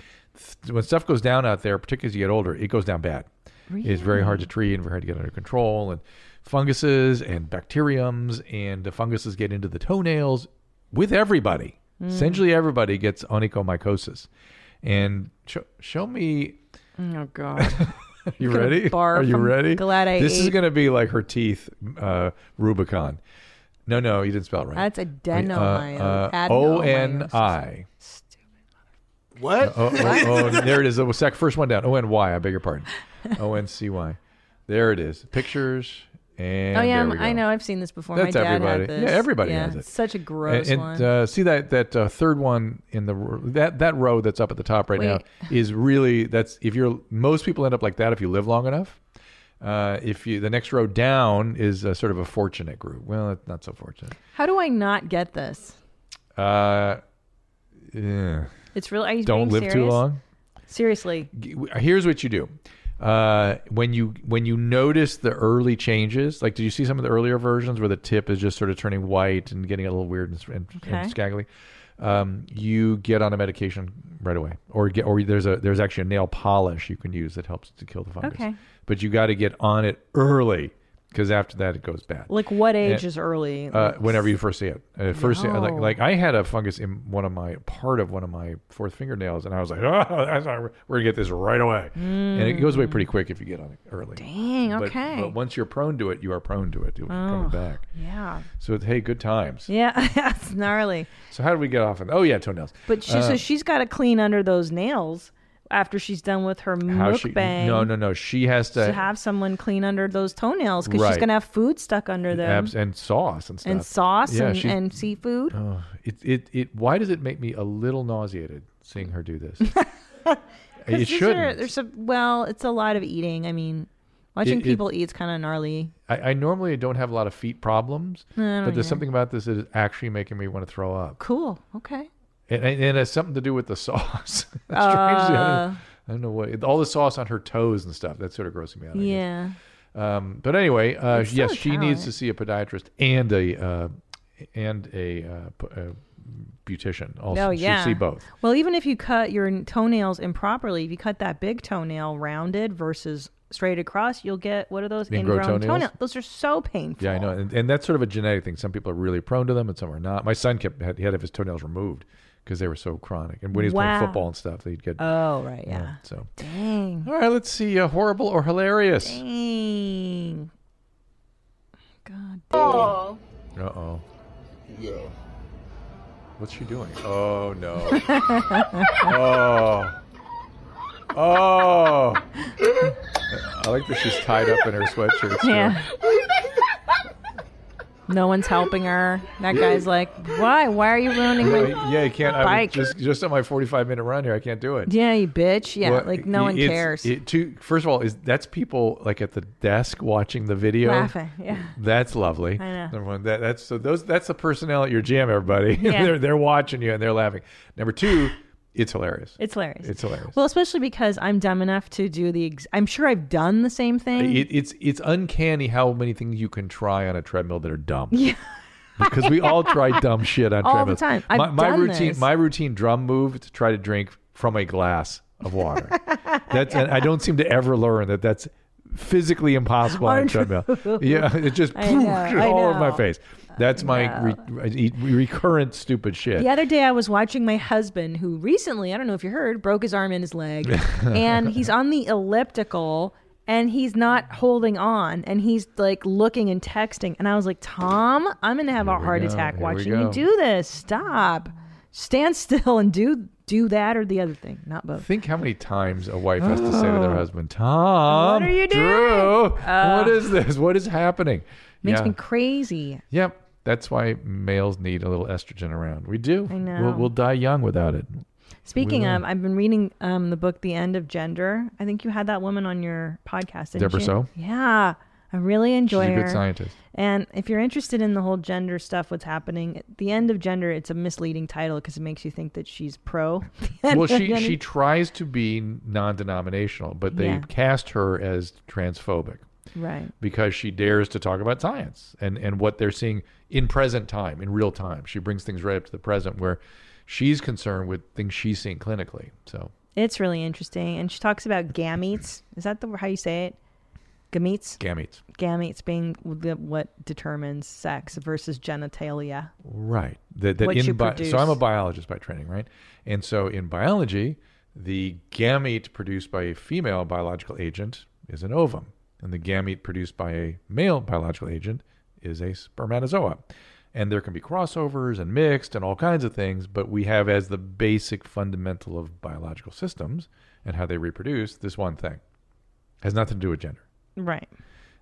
th- when stuff goes down out there, particularly as you get older, it goes down bad. It's very hard to treat and very hard to get under control, and funguses and bacteriums and the funguses get into the toenails with everybody. Mm. Essentially, everybody gets onychomycosis. And show, show me Oh god. you gonna ready? barf. Are you I'm ready? glad I This is ate- going to be like her teeth, uh, Rubicon. No, no, you didn't spell it right. [LAUGHS] uh, That's adenomyo- O N adenomyosis. I. What? Oh, oh, oh, there it is. The sec- first one down. O N Y. I beg your [LAUGHS] pardon. O N C Y. There it is. Pictures and Oh yeah, there I'm- we go. I know. I've seen this before. That's My dad everybody. had Yeah, this. everybody yeah, has it. it's Such a gross And, and, one. uh, see that that uh, third one in the r- that that row that's up at the top right now Wait. is really that's if you're most people end up like that if you live long enough. Uh, if you the next row down is a, sort of a fortunate group. Well, it's not so fortunate. How do I not get this? Uh, yeah. It's really. Are you Don't being live too serious? long. Seriously. G- Here's what you do. Uh, when you when you notice the early changes, like did you see some of the earlier versions where the tip is just sort of turning white and getting a little weird and, and, Okay. and scaggy? um, you get on a medication right away, or get, or there's a there's actually a nail polish you can use that helps to kill the fungus. Okay. But you got to get on it early because after that it goes bad. Like what age And- is early? Uh, whenever you first see it, uh, first see- like No. like I had a fungus in one of my part of one of my fourth fingernails, and I was like, [LAUGHS] oh, that's not, we're gonna get this right away, and it goes away pretty quick if you get on it early. Dang. But- Okay. But, once you're prone to it, you are prone to it. It will coming back. yeah. So hey, good times. Yeah. [LAUGHS] That's gnarly. So how did we get off? On, oh yeah, toenails. But she, Uh, so she's got to clean under those nails after she's done with her How she? mukbang. No, no, no. She has to, To have someone clean under those toenails because she's Right. gonna have food stuck under them abs and sauce and stuff. and sauce Yeah, and, she's- and seafood. Oh, it, it, it. Why does it make me a little nauseated seeing her do [LAUGHS] this? it These are- shouldn't. there's a, well, it's a lot of eating. I mean, watching It- it- people eat's kind of gnarly. I, I normally don't have a lot of feet problems, but there's something about this that is actually making me want to throw up, Cool. Okay. and, and, and it has something to do with the [LAUGHS] sauce. Strangely, I, Uh. don't, I don't know what all the sauce on her toes and stuff. That's sort of grossing me out. I guess. Yeah. Um, but anyway, uh, It's still yes, a she needs talent. to see a podiatrist and a uh, and a, uh, p- a beautician. Also, Oh She should yeah. see both. Well, even if you cut your n- toenails improperly, if you cut that big toenail rounded versus straight across, you'll get what are those Ingrown toenails? Those are so painful. Yeah, I know, and, and that's sort of a genetic thing. Some people are really prone to them, and some are not. My son kept had, he had to have his toenails removed because they were so chronic, and when he was Wow. playing football and stuff, they'd get. Oh right, yeah. so, Dang. all right, let's see, uh, horrible or hilarious. Dang. God. Uh oh. What's she doing? Oh no. oh. Oh. I like that she's tied up in her sweatshirt. too. Yeah. No one's helping her. That guy's like, why? Why are you ruining my? Uh, yeah, you can't. I mean, Bike. just just on my forty-five minute run here, I can't do it. Yeah, you bitch. Yeah, Well, like no one it's- cares. It, too, first of all, is that's people like at the desk watching the video, Laughing, yeah. that's lovely. I know. Number one, that, that's so those that's the personnel at your gym. Everybody, [LAUGHS] Yeah. they're they're watching you and they're laughing. Number two, it's hilarious. it's hilarious. It's hilarious. well, especially because I'm dumb enough to do the. Ex- I'm sure I've done the same thing. It, it's it's uncanny how many things you can try on a treadmill that are dumb. Yeah. because we all [LAUGHS] try dumb shit on All the treadmills. time. My, I've my done routine this. my routine drum move to try to drink from a glass of [LAUGHS] water. That's and I don't seem to ever learn that that's physically impossible on a treadmill. Yeah, it just know, [LAUGHS] I all over my know. face. That's my re, re- recurrent stupid shit. The other day, I was watching my husband, who recently, I don't know if you heard, broke his arm and his leg. [LAUGHS] and he's on the elliptical and he's not holding on and he's like looking and texting. And I was like, Tom, I'm going to have a we heart go, attack here we watching you go." do this. Stop. Stand [LAUGHS] still and do do that or the other thing, not both. Think how many times a wife has to say to [GASPS] their husband, "Tom, What are you doing? Uh. Drew, what is this? What is happening?" Makes yeah. me crazy. Yep. That's why males need a little estrogen around. We do. I know. We'll, we'll die young without it. Speaking of, I've been reading um, the book The End of Gender. I think you had that woman on your podcast. didn't Deborah you? So? Yeah. I really She's enjoy a her. good scientist. And if you're interested in the whole gender stuff, what's happening at the end of gender, it's a misleading title because it makes you think that she's pro. [LAUGHS] Well, she she tries to be non-denominational, but they Yeah. cast her as transphobic right. because she dares to talk about science and and what they're seeing in present time, in real time. She brings things right up to the present where she's concerned with things she's seeing clinically. So It's really interesting, and she talks about gametes. Is that the how you say it? Gametes, gametes. gametes being the, what determines sex versus genitalia. Right. That, that What in you bi- so I'm a produce. biologist by training, right? And so in biology, the gamete produced by a female biological agent is an ovum, and the gamete produced by a male biological agent is a spermatozoa. And there can be crossovers and mixed and all kinds of things, but we have as the basic fundamental of biological systems and how they reproduce this one thing. has nothing to do with gender Right.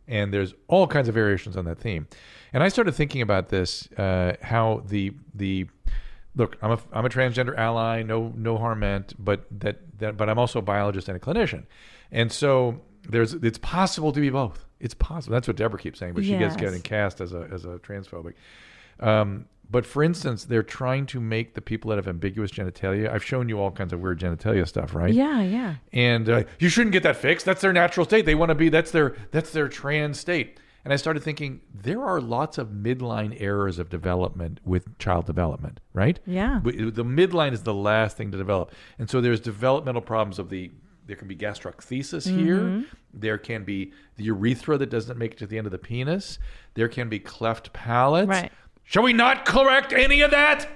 and there's all kinds of variations on that theme. And I started thinking about this, uh, how the the look, I'm a I'm a transgender ally, no no harm meant, but that, that but I'm also a biologist and a clinician, and so there's it's possible to be both. It's possible. That's what Deborah keeps saying, but she gets Yes. getting cast as a as a transphobic. Um, but for instance, they're trying to make the people that have ambiguous genitalia. I've shown you all kinds of weird genitalia stuff, right? Yeah, yeah. and uh, you shouldn't get that fixed. That's their natural state. They want to be. That's their that's their trans state. And I started thinking there are lots of midline errors of development with child development, right? Yeah. W- The midline is the last thing to develop, and so there's developmental problems of the. There can be gastrocthesis here. Mm-hmm. There can be the urethra that doesn't make it to the end of the penis. There can be cleft palates. Right. Shall we not correct any of that?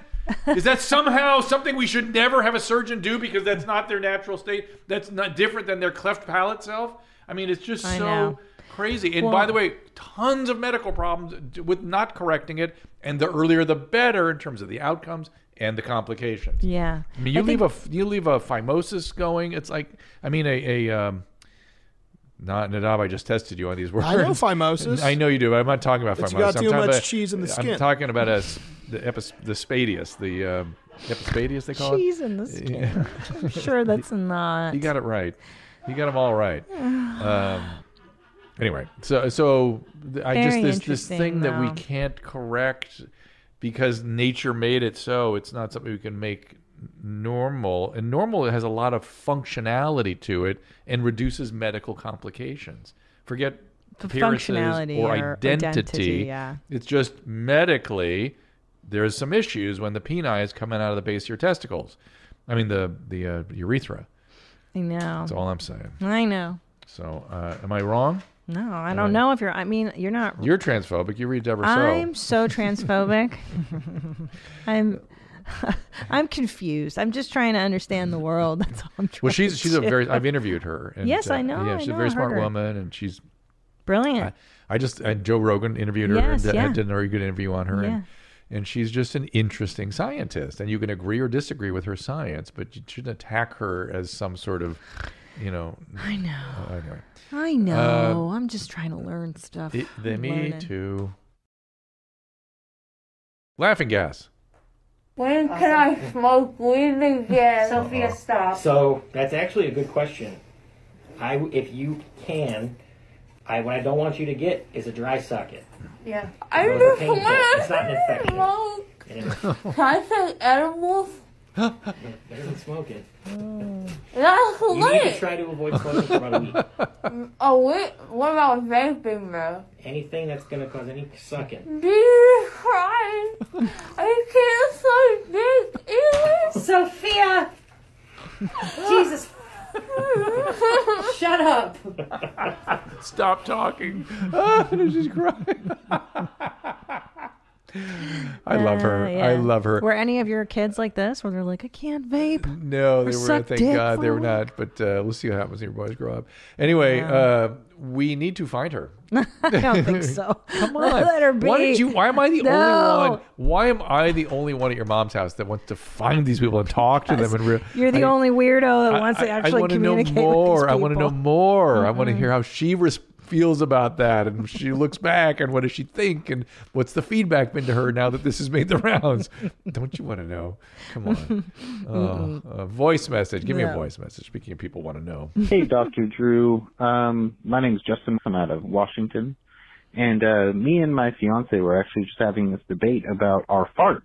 Is that somehow something we should never have a surgeon do because that's not their natural state? That's not different than their cleft palate self? I mean, it's just I so know. crazy. And by the way, tons of medical problems d- with not correcting it. And the earlier the better in terms of the outcomes and the complications. Yeah. I mean, you leave a f- you leave a phimosis going. It's like I mean a a um, not Nadav. I just tested you on these words. I know phimosis. [LAUGHS] I know you do, but I'm not talking about It's phimosis. got I'm too talking much about- cheese in the I'm skin. talking about a, s- the, epis, the spadius, the um, epispadius they call cheese in the skin. [LAUGHS] I'm sure that's not. it. You got it right. You got them all right. [SIGHS] Um, anyway, so so th- I just Very this this interesting, thing that we though. can't correct because nature made it so. It's not something we can make normal. And normal has a lot of functionality to it and reduces medical complications. Forget The appearances functionality or or identity. identity, yeah. It's just medically there's some issues when the peni is coming out of the base of your testicles. I mean the the uh, urethra. I know. That's all I'm saying. I know. So, uh, am I wrong? No, I don't know if you're. I mean, you're not You're transphobic. You read Deborah I'm So. [LAUGHS] so transphobic. I'm [LAUGHS] I'm confused. I'm just trying to understand the world. [LAUGHS] That's all I'm trying. Well, she's to she's a do. very. [LAUGHS] I've interviewed her. And, uh, Yes, I know, Yeah, I she's a know, very I smart heard her. woman, and she's. brilliant. I, I just I, Joe Rogan interviewed her Yes, and d- yeah. did a very good interview on her, Yeah. and and she's just an interesting scientist, and you can agree or disagree with her science, but you shouldn't attack her as some sort of, you know. I know. uh, anyway, I know. I'm just trying to learn stuff. it, the, I'm me learning. too. Laughing gas. When can I smoke weed again? Uh-huh. Uh-huh. Sophia, stop. So that's actually a good question. I, if you can, I what I don't want you to get is a dry socket. Yeah. I Those are just painful. It's not an want to infection. smoke. And Can I take edibles? it- better than smoking. That's You need to lit. try to avoid smoking for about a week. Oh, wait. What about vaping, though? Anything that's going to cause any sucking. Jesus Christ. I can't suck dick either. Sophia! Jesus, shut up. Stop talking. Ah, [LAUGHS] and she's crying. I love her. Uh, yeah. I love her. Were any of your kids like this, where they're like, I can't vape? [LAUGHS] No, they were. suck Thank dick God they for a were not. But uh, we'll see what happens when your boys grow up. Anyway, uh, we need to find [LAUGHS] her. I [LAUGHS] don't think so. Come on. [LAUGHS] Let her Why be. did you? Why am I the only No. one? Why am I the only one at your mom's house that wants to find these people and talk to them? And real, You're the I- only weirdo that wants to actually wanna communicate know more. with these I want to know people. Mm-hmm. more. I want to hear how she res- feels about that, and she looks back, and what does she think, and what's the feedback been to her now that this has made the rounds? [LAUGHS] Don't you want to know? Come [LAUGHS] on, oh, a voice message. Give me a No. voice message. Speaking of people want to [LAUGHS] know, Hey, Dr. Drew. Um, my name's Justin. I'm out of Washington. And uh, me and my fiance were actually just having this debate about our farts.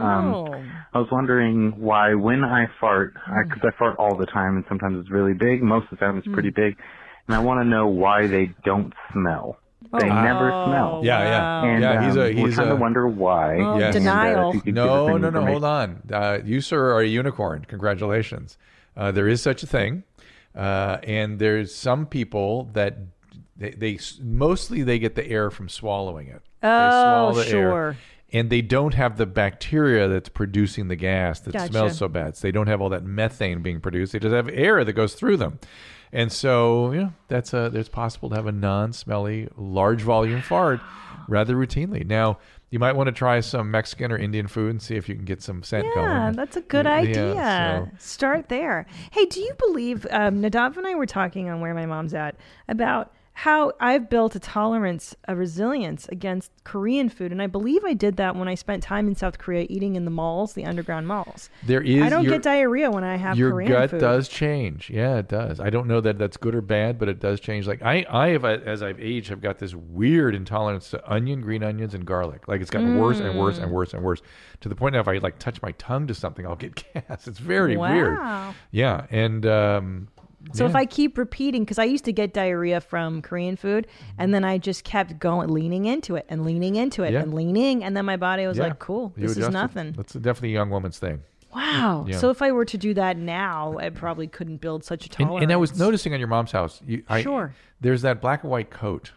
Um, Oh. Mm. I was wondering why when I fart, because I, fart all the time and sometimes it's really big, most of the time it's pretty Mm. big, and I want to know why they don't smell. They Oh. never smell. Yeah, yeah. And Yeah, he's a- um, we're he's trying a- to wonder why. Oh, Yes. And, uh, if denial. you could give us No, any no, no. information- Hold on. Uh, you, sir, are a unicorn. Congratulations. Uh, there is such a thing, uh, and there's some people that they, they mostly they get the air from swallowing it. They Oh, swallow the air, sure. and they don't have the bacteria that's producing the gas that Gotcha. smells so bad. So they don't have all that methane being produced. They just have air that goes through them. And so, yeah, that's a there's possible to have a non-smelly large volume fart rather routinely. Now, you might want to try some Mexican or Indian food and see if you can get some scent going. Yeah, that's a good Yeah, idea. so- Start there. Hey, do you believe um, Nadav and I were talking on where my mom's at about how I've built a tolerance, a resilience against Korean food, and I believe I did that when I spent time in South Korea eating in the malls, the underground malls. There is I don't your, get diarrhea when I have your Korean gut food. does change. Yeah, it does. I don't know that that's good or bad, but it does change. Like I, I have uh, as I've aged, I've got this weird intolerance to onion, green onions, and garlic. Like it's gotten worse and worse and worse and worse to the point now if I like touch my tongue to something, I'll get [LAUGHS] gas. It's very Wow. weird. Yeah, and um, So if I keep repeating, because I used to get diarrhea from Korean food, and then I just kept going, leaning into it and leaning into it Yeah. and leaning, and then my body was yeah, like, "Cool, you this is adjusted. nothing." That's definitely a young woman's thing. Wow. Yeah. So if I were to do that now, I probably couldn't build such a And, tolerance. and I was noticing on your mom's house. You, I, Sure. There's that black and white coat.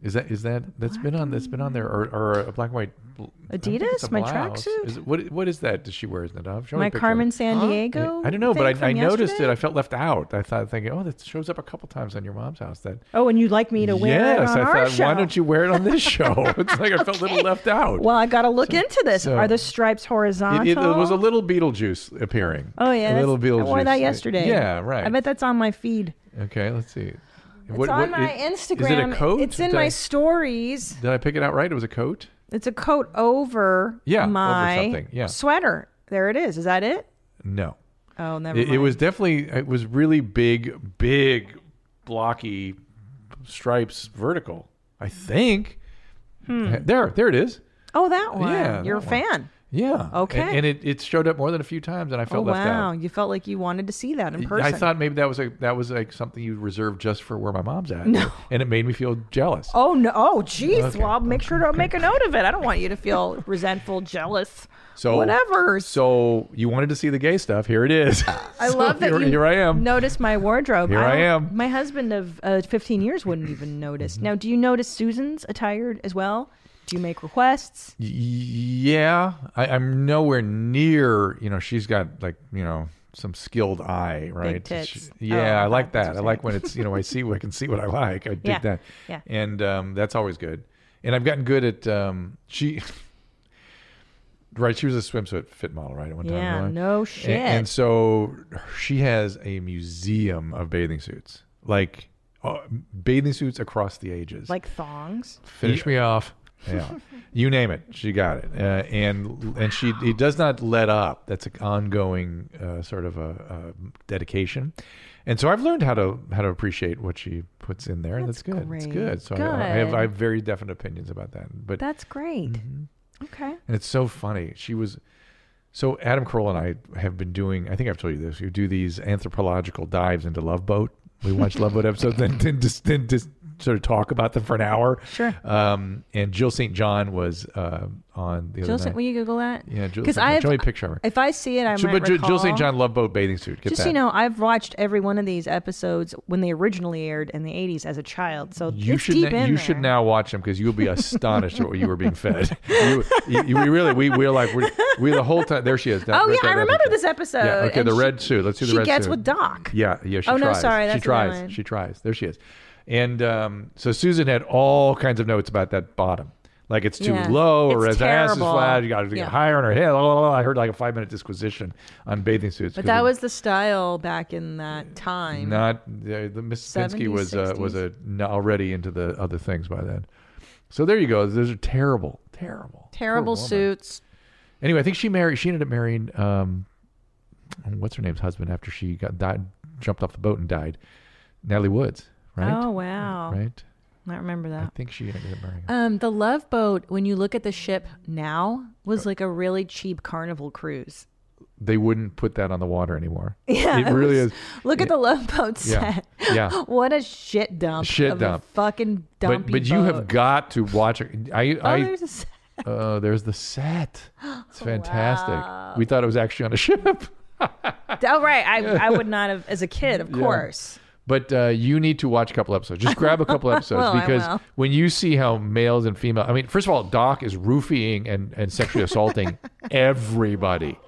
Is that is that that's been on that's been on there or, or a black and white bl- I don't think it's a Adidas? My blouse. tracksuit? Is it- What what is that? Does she wear Nadav? Show me a my picture of Carmen it. San Diego. I don't know, thing but I, I from noticed it. yesterday? I felt left out. I thought thinking, oh, that shows up a couple times on your mom's house. That Oh, and you'd like me to wear it yes, on I our thought show? why don't you wear it on [LAUGHS] this show? It's like I felt a little left out. Well, I got to look into this. so- Are the stripes horizontal? it, it, was a little Beetlejuice appearing. Oh yeah, a that's- little Beetlejuice. I wore that yesterday. Yeah, right. I bet that's on my feed. Okay, let's see. It's on my Instagram. Is it a coat? It's in Did my I- stories. Did I pick it out right? It was a coat. It's a coat over Yeah, over my something, yeah. sweater. There it is. Is that it? No, Oh, never it, mind. it was definitely. It was really big, big, blocky stripes, vertical. I think. Hmm. There, there it is. Oh, that one. Yeah, You're a that one. fan. Yeah. Okay. And, and it, it showed up more than a few times, and I Oh felt left wow, out. you felt like you wanted to see that in person. I thought maybe that was like that was like something you reserved just for where my mom's at. No. And it made me feel jealous. Oh no! Oh, geez. Okay. Well, I'll make sure to make a note of it. I don't want you [LAUGHS] to feel resentful, jealous, So whatever. So you wanted to see the gay stuff. Here it is. [LAUGHS] I love that here, you here I am. notice my wardrobe. Here I don't- am. Mm-hmm. My husband of uh, 15 years [LAUGHS] wouldn't even notice. Now, do you notice Susan's attired as well? Do you make requests? Y- Yeah, I, I'm nowhere near. You know, she's got like you know some skilled eye, right? tits. She- Oh, yeah, I like that's that. I what you're like saying. when it's you know I see what I can see what I like. I dig Yeah, that. yeah. and um, that's always good. And I've gotten good at um, she. [LAUGHS] Right, she was a swimsuit fit model, right? At one time, Yeah, right? no A- shit. and so she has a museum of bathing suits, like uh, bathing suits across the ages. Like thongs? finish me off. Yeah, you name it, she got it, uh, and and she he does not let up. That's an ongoing uh, sort of a, a dedication, and so I've learned how to how to appreciate what she puts in there. That's, good. It's great. good. So I, I have Good. I have very definite opinions about that, but That's great. Mm-hmm. Okay. and it's so funny. She was so Adam Carolla and I have been doing. I think I've told you this. We do these anthropological dives into Love Boat. We watch Love Boat episodes, then then just then just sort of talk about them for an hour. Sure. Um, and Jill St. John was uh, on the Jill other St. night. Will you Google that? yeah, Jill. Because St. John. I Show me a picture of her. If I see it, I She- might but Jill- Jill St. recall. John Love Boat bathing suit. Get Just that. so you know, I've watched every one of these episodes when they originally aired in the '80s as a child, so You it's should deep na- in you there. should now watch them because you'll be astonished at what you were [LAUGHS] being fed. You, you, you- we really we we're like we're, we the whole time there she is. That- Oh, right yeah, there, I that remember picture. this episode. Yeah, okay, and the she- red suit. Let's do the she red gets suit. with Doc. Yeah, yeah, she Oh, no, tries. sorry, she that's the other tries. one. She tries. There she is. And um, so Susan had all kinds of notes about that bottom. Like it's too Yeah. low, or It's as her ass is terrible. flat, you got to get Yeah. higher in her head. blah, blah, blah. I heard like a five minute disquisition on bathing suits. But 'cause that it- was the style back in that time. not the, the Miss Pinsky 70s, was uh, was a, n- already into the other things by then. So there you go. Those are terrible, terrible, Terrible Poor woman. suits. Anyway, I think she married. She ended up marrying um, oh, what's her name's husband after she got died, jumped off the boat and died. Natalie Woods, right? Oh wow. Right. I remember that. I think she ended up marrying. Um, the Love Boat, when you look at the ship now, was like a really cheap carnival cruise. They wouldn't put that on the water anymore. [LAUGHS] Yeah, it really is. Look at the Love Boat Yeah, set. [LAUGHS] yeah. what a shit dump. Shit of dump. A fucking dumpy but but you boat. have got to watch it. I Oh, I there's a set. uh, there's the set. [GASPS] It's fantastic. We thought it was actually on a [LAUGHS] ship. [LAUGHS] Oh right, I I would not have as a kid, of Yeah. course. But uh, you need to watch a couple episodes. Just grab a [LAUGHS] couple episodes Well, I because will. when you see how males and female, I mean, first of all, Doc is roofying and, and sexually [LAUGHS] assaulting everybody.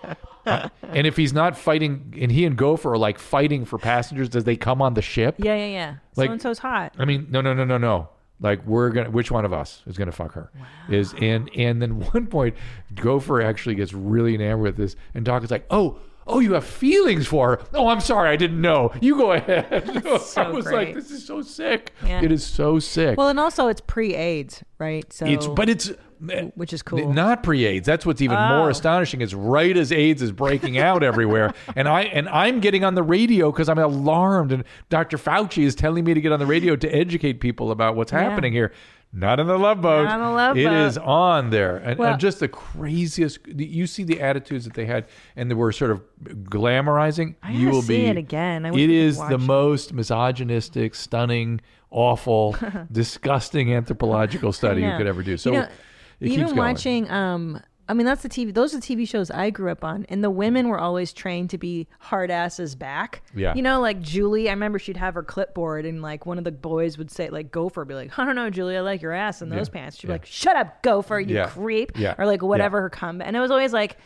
Uh, and if he's not fighting, and he and Gopher are like fighting for passengers as they come on the ship. Yeah, yeah, yeah. Like- so and so's hot. I mean, no, no, no, no, no. Like we're gonna, which one of us is gonna fuck her? Is and and then [LAUGHS] one point, Gopher actually gets really enamored with this, and Doc is like, oh. Oh, you have feelings for her. Oh, I'm sorry, I didn't know. You go ahead. [LAUGHS] I was like, great. this is so sick. Yeah. It is so sick. Well, and also it's pre-AIDS, right? So it's but it's eh, which is cool. Not pre-AIDS. That's what's even Oh. more astonishing. Is right as AIDS is breaking out [LAUGHS] everywhere, and I and I'm getting on the radio because I'm alarmed, and Dr. Fauci is telling me to get on the radio to educate people about what's Yeah. happening here. Not in the love boat. Not on the love It boat. is on there, and, and Well- just the craziest. You see the attitudes that they had, and they were sort of glamorizing. I you gotta will see be it again. I wish it we could is the watch it. most misogynistic, stunning, [LAUGHS] awful, disgusting anthropological study you know. could ever do. So You know, it even keeps going. watching, um, I mean, that's the TV. Those are the TV shows I grew up on, and the women were always trained to be hard asses back. Yeah. you know, like Julie. I remember she'd have her clipboard, and like one of the boys would say, like Gopher, be like, "I don't know, Julie. I like your ass in those Yeah. pants." She'd Yeah. be like, "Shut up, Gopher, you Yeah. creep," Yeah. or like Yeah. whatever her comeback. And it was always like.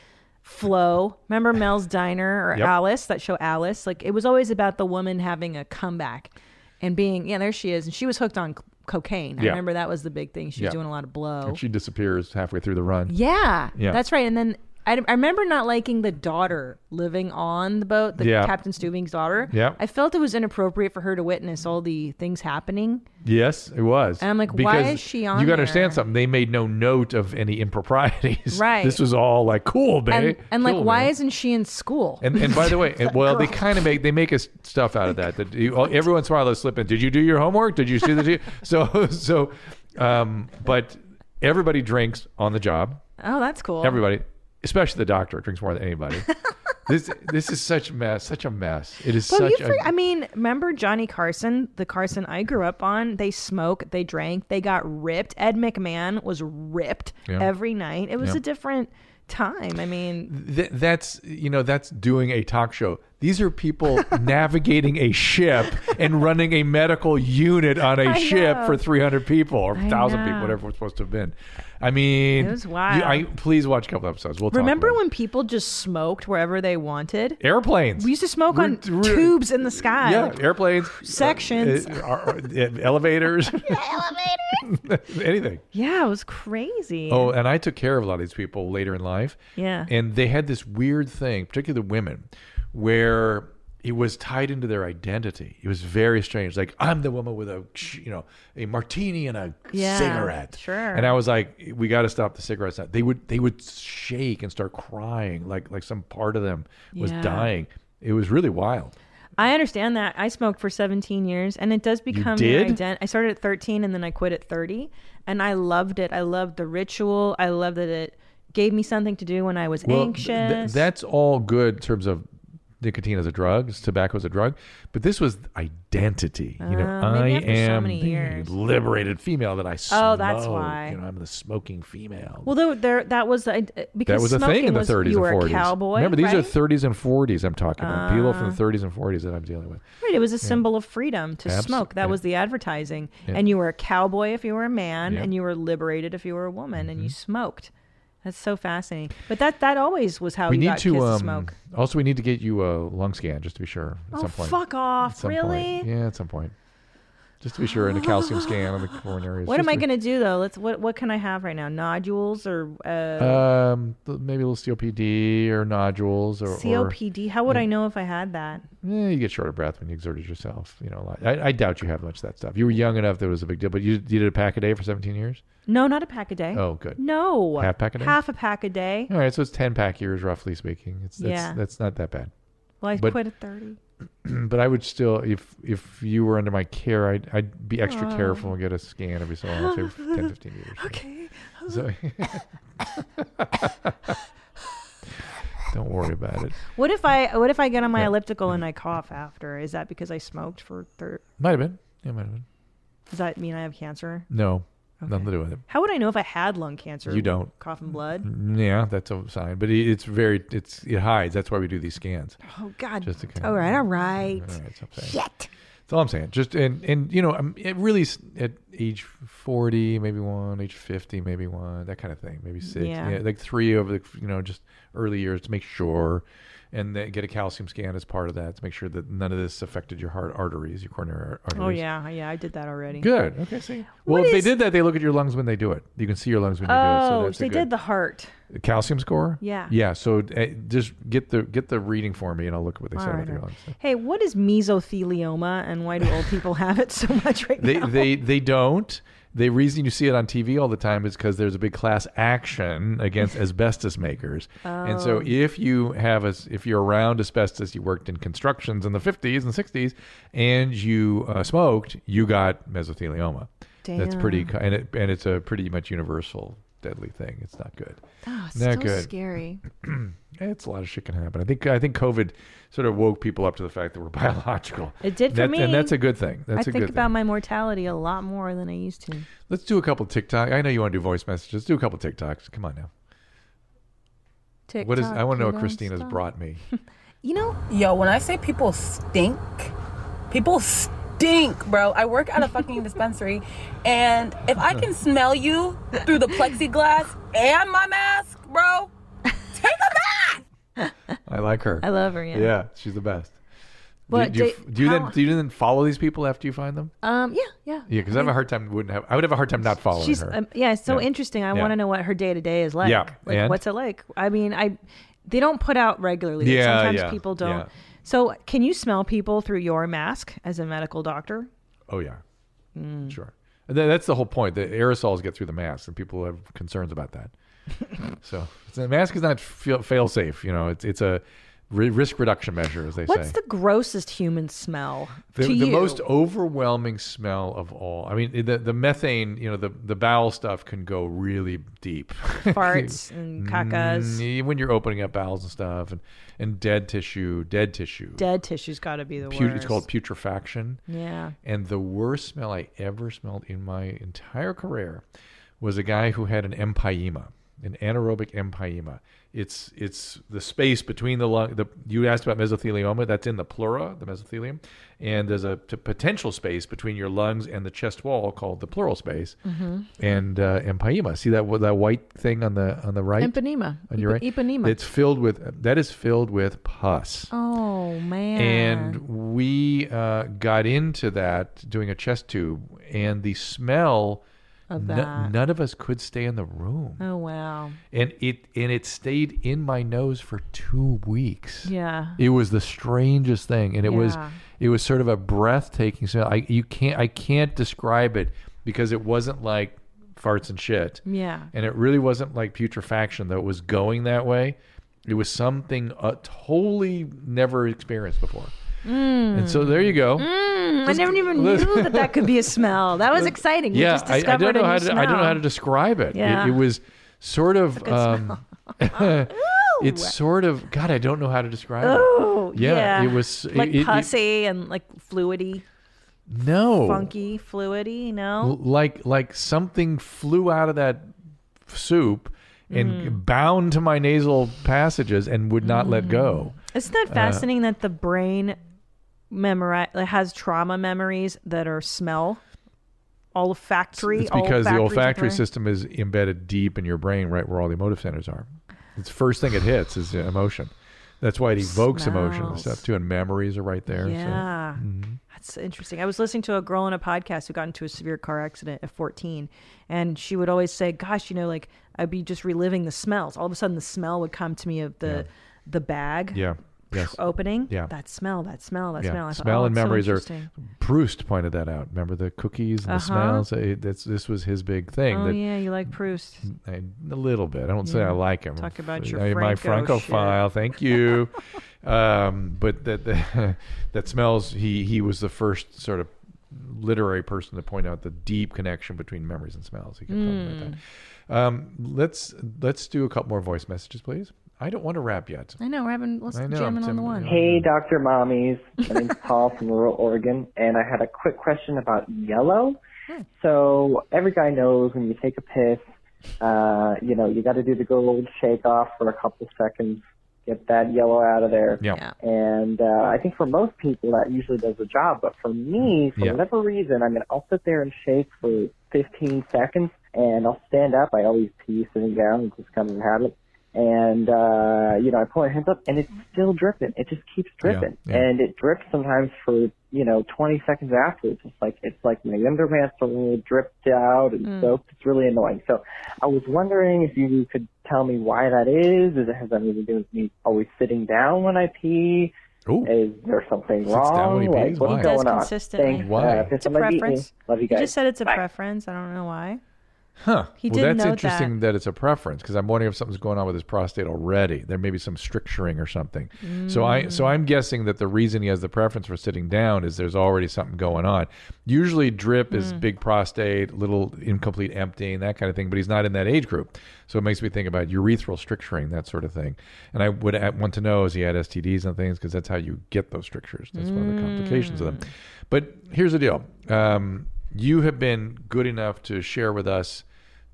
Flo, remember Mel's Diner or Yep. Alice, that show Alice? Like it was always about the woman having a comeback and being, yeah, there she is. And she was hooked on c- cocaine. I Yeah. remember that was the big thing. She Yeah. was doing a lot of blow. And she disappears halfway through the run. Yeah, Yeah. that's right. And then I, I remember not liking the daughter living on the boat, the Yeah. Captain Stubing's daughter. Yeah. I felt it was inappropriate for her to witness all the things happening. Yes, it was. And I'm like, why because is she on You gotta understand there? something. They made no note of any improprieties. [LAUGHS] Right. This was all like cool, babe. And, and like, Cool, why man. isn't she in school? And, and by the [LAUGHS] way, and, well, they kind of make they make us stuff out of that. That you, oh, every once in a while they slip in. Did you do your homework? Did you see the? [LAUGHS] So so, um, but everybody drinks on the job. oh, that's cool. Everybody, especially the doctor, drinks more than [LAUGHS] anybody. this this is such mess, such a mess. It is But such. you, a, for, I mean, remember Johnny Carson, the Carson I grew up on? They smoked, they drank, they got ripped. Ed McMahon was ripped Yeah. every night. It was Yeah. a different time. I mean, Th- that's you know that's doing a talk show. These are [LAUGHS] people navigating a ship and running a medical unit on a I ship know. for 300 people or I 1,000 people, know. whatever it's supposed to have been. I mean, It was wild. you- I, please watch a couple episodes. We'll talk remember about it. when people just smoked wherever they wanted? airplanes. We used to smoke on We're- we're- tubes in the sky. Yeah, like, airplanes, sections. uh, uh, uh, [LAUGHS] elevators, [LAUGHS] anything. yeah, it was crazy. Oh, and I took care of a lot of these people later in life. Yeah. And they had this weird thing, particularly the women, where it was tied into their identity. It was very strange. Like I'm the woman with a you know a martini and a Yeah, cigarette. sure. And I was like, we got to stop the cigarettes. Now. They would they would shake and start crying like like some part of them was Yeah. dying. It was really wild. I understand that. I smoked for 17 years and it does become your did? ident- I started at 13 and then I quit at 30 and I loved it. I loved the ritual. I loved that it gave me something to do when I was th- anxious. th- that's all good in terms of nicotine as a drug, s- tobacco as a drug, but this was identity. You know, Oh, I maybe after so am many the years. liberated female that I Oh, that's smoke. why. You know, I'm the smoking female. well, though there that was the, id- because that was a smoking thing in the was, 30s you were and 40s. a cowboy. Remember, these are right? 30s and 40s. I'm talking about people Ah. from the 30s and 40s that I'm dealing with. Right, it was a Yeah. symbol of freedom to Abs- smoke. That yeah. was the advertising. Yeah. And you were a cowboy if you were a man, Yeah. Mm-hmm. and you were liberated if you were a woman, and you smoked. That's so fascinating. But that that always was how we Oh, you need got to kids um, to smoke. also we need to get you a lung scan just to be sure at Oh, some point. fuck off, At some really? Point. Yeah, at some point. Just to be sure, and a calcium scan on the coronaries. What am just I to- going to do though? Let's what what can I have right now? Nodules or uh, Um, th- maybe a little COPD or nodules or or- COPD? How would I know if I had that? Eh, you get short of breath when you exerted yourself. You know, a lot. I, I doubt you have much of that stuff. You were young enough that it was a big deal, but you, you did a pack a day for 17 years. No, not a pack a day. Oh, good. No, Half pack a day? Half a pack a day. All right, so it's 10 pack years, roughly speaking. It's that's, Yeah. that's not that bad. [CLEARS THROAT] Well, I But- quit at thirty. but I would still, if if you were under my care, I'd, I'd be extra Oh. careful and get a scan every so often, every 10, 15 years. Okay. So, [LAUGHS] don't worry about it. What if I what if I get on my Yeah. elliptical and I cough after? Is that because I smoked for thir- Might have been. Yeah, might have been. Does that mean I have cancer? No, nothing to do with it. How would I know if I had lung cancer? You don't. Cough and blood. Mm, Yeah, that's a sign, but it, it's very it's it hides. That's why we do these scans. Oh God. Just to kind all of- right, all All right. right, that's what I'm saying. Shit. That's all I'm saying. Just and and you know, I'm it really s- at age forty, maybe one, age fifty, maybe one, that kind of thing, maybe six, Yeah. like three over the you know just early years to make sure, and then get a calcium scan as part of that to make sure that none of this affected your heart arteries, your coronary arteries. Oh yeah, yeah. I did that already. Good. Okay. See. Well, What if is- they did that, they look at your lungs when they do it. You can see your lungs when you do it. So Oh, that's a they good- did the heart. the calcium score. Yeah. Yeah. So uh, just get the get the reading for me, and I'll look at what they All said right, about your all lungs. right. Hey, what is mesothelioma, and why do old people have it so much right [LAUGHS] They [LAUGHS] now? they they don't. The reason you see it on TV all the time is because there's a big class action [LAUGHS] against asbestos makers, and Oh. so if you have as if you're around asbestos, you worked in constructions in the 50s and 60s, and you uh, smoked, you got mesothelioma. That's pretty, Damn. co- and it and it's a pretty much universal deadly thing. It's not good. Oh, it's not so good. scary. Eh, it's a lot of shit can happen. I think I think COVID sort of woke people up to the fact that we're [LAUGHS] biological. It did for That- me. and that's a good thing. That's I a think good about thing. my mortality a lot more than I used to. Let's do a couple TikTok. I know you want to do voice messages. Do a couple TikToks. Come on now. TikTok, what is? I want to know what don't Christina's stop. brought me. You know, yo, when I say people stink, people stink, bro. I work at a [LAUGHS] fucking dispensary, and if I can smell you through the plexiglass and my mask, bro, I like [LAUGHS] her. I love her, yeah. Yeah, she's the best. But do, you- do, you, do- do you how- then do you then follow these people after you find them? Um, yeah, yeah. Yeah, because I have a hard time. Wouldn't have. I would have a hard time not following She's her. um, yeah, it's so Yeah. interesting. I Yeah. want to know what her day to day is like. Yeah, like and? what's it like? I mean, I they don't put out regularly. Like, Yeah, sometimes yeah, people don't. yeah. So, can you smell people through your mask as a medical doctor? Oh yeah, Mm. sure. And tha- that's the whole point. The aerosols get through the mask, and people have concerns about [LAUGHS] that. so it's- the mask is not fail, fail safe. You know, it's it's a ri risk reduction measure, as they What's say. the grossest human smell The, to you? the most overwhelming smell of all. I mean, the, the methane, you know, the, the bowel stuff can go really deep. [LAUGHS] [LAUGHS] Farts and cacas. [LAUGHS] Mm, when you're opening up bowels and stuff, and, and dead tissue, dead tissue. dead tissue's got to be the Put- worst. It's called putrefaction. Yeah. And the worst smell I ever smelled in my entire career was a guy who had an empyema, an anaerobic empyema. It's it's the space between the lung. The, you asked about mesothelioma. That's in the pleura, the mesothelium, and there's a t- potential space between your lungs and the chest wall called the pleural space. Mhm. And uh, empyema. See that that white thing on the on the right. Empanema. On your right. Epa- epanema. It's filled with that is filled with pus. Oh man. And we uh, got into that doing a chest tube, and the smell of No- that. none of us could stay in the room, Oh wow. and it and it stayed in my nose for two weeks. Yeah. it was the strangest thing, and it was Yeah. it was sort of a breathtaking smell. I you can't I can't describe it because it wasn't like farts and shit. Yeah. and it really wasn't like putrefaction though. It was going that way. It was something uh, totally never experienced before. And so there you go. Mm, I never [LAUGHS] even let's- knew that that could be a smell. That [LAUGHS] was exciting. you yeah, just I, I discovered don't know a how new to I don't know how smell. to describe it. It- Yeah. It, was sort [LAUGHS] of um, [LAUGHS] it's sort of God, I don't know how to describe Oh, it. yeah, it was like it, it- it- pussy and like fluidy, no funky, fluidy. You L- know, like like something flew out of that soup and Mm. bound to my nasal passages and would not let go. isn't that Uh, fascinating that the brain memori- like, has trauma memories that are smell, olfactory? It's because the olfactory olfactory temporary- system is embedded deep in your brain, right where all the emotive centers are. It's the first thing it hits is emotion. That's [SIGHS] why it evokes emotion and Smells. stuff too, and memories are right there. so- mm-hmm. Yeah. That's interesting. I was listening to a girl on a podcast who got into a severe car accident at 14. And she would always say, Gosh, you know, like I'd be just reliving the smells. All of a sudden, the smell would come to me of the the bag Yeah. Yes. opening. Yeah. That smell, that smell, that yeah. Oh, smell. I thought, smell "Oh, and it's so memories are. interesting." Proust pointed that out. Remember the cookies and Uh-huh. the smells. Eh, that's this was his big thing. Oh, that Mm. yeah. You like Proust. I, a little bit. I don't say Yeah. I like him. Talk about your I- my Franco shit. Francophile. Thank [LAUGHS] you. um, but that that, [LAUGHS] that smells. He he was the first sort of literary person to point out the deep connection between memories and smells. He kept talking Mm. about that. Um, let's let's do a couple more voice messages, please. I don't want to wrap yet. I know. We're having, let's I know, jamming I'm on the one. Hey, Dr. Mommies. My name's Paul from rural Oregon, and I had a quick question about yellow. So every guy knows when you take a piss, uh, you know, you got to do the good old shake off for a couple seconds, get that yellow out of there. Yeah. Yeah. And uh, I think for most people that usually does the job, but for me, for Yeah. whatever reason, I mean, I'll sit there and shake for 15 seconds, and I'll stand up. I always pee sitting down; it's just kind of a habit. And uh, you know, I pull my hands up, and it's still dripping. It just keeps dripping, yeah. and it drips sometimes for you know 20 seconds afterwards. It's like it's like my underpants are really dripped out and Mm. soaked. It's really annoying. So I was wondering if you could tell me why that is. Is it has anything to do with me always sitting down when I pee? Is there something Sits wrong? down when he like, pees? what's Why? going Does on? consistently. Thanks, Why? uh, It's a Pistol Mike Beat Me. preference. Love you He guys. just said it's a preference. I don't [LAUGHS] know why. Huh. He well, didn't that's know interesting that. it's a preference because I'm wondering if something's going on with his prostate already. There may be some stricturing or something. So I so I'm guessing that the reason he has the preference for sitting down is there's already something going on. Usually drip is Mm. big prostate, little incomplete emptying, that kind of thing, but he's not in that age group. So it makes me think about urethral stricturing, that sort of thing. And I would a- want to know is he had STDs and things because that's how you get those strictures. That's one of the complications of them. But here's the deal. Um, you have been good enough to share with us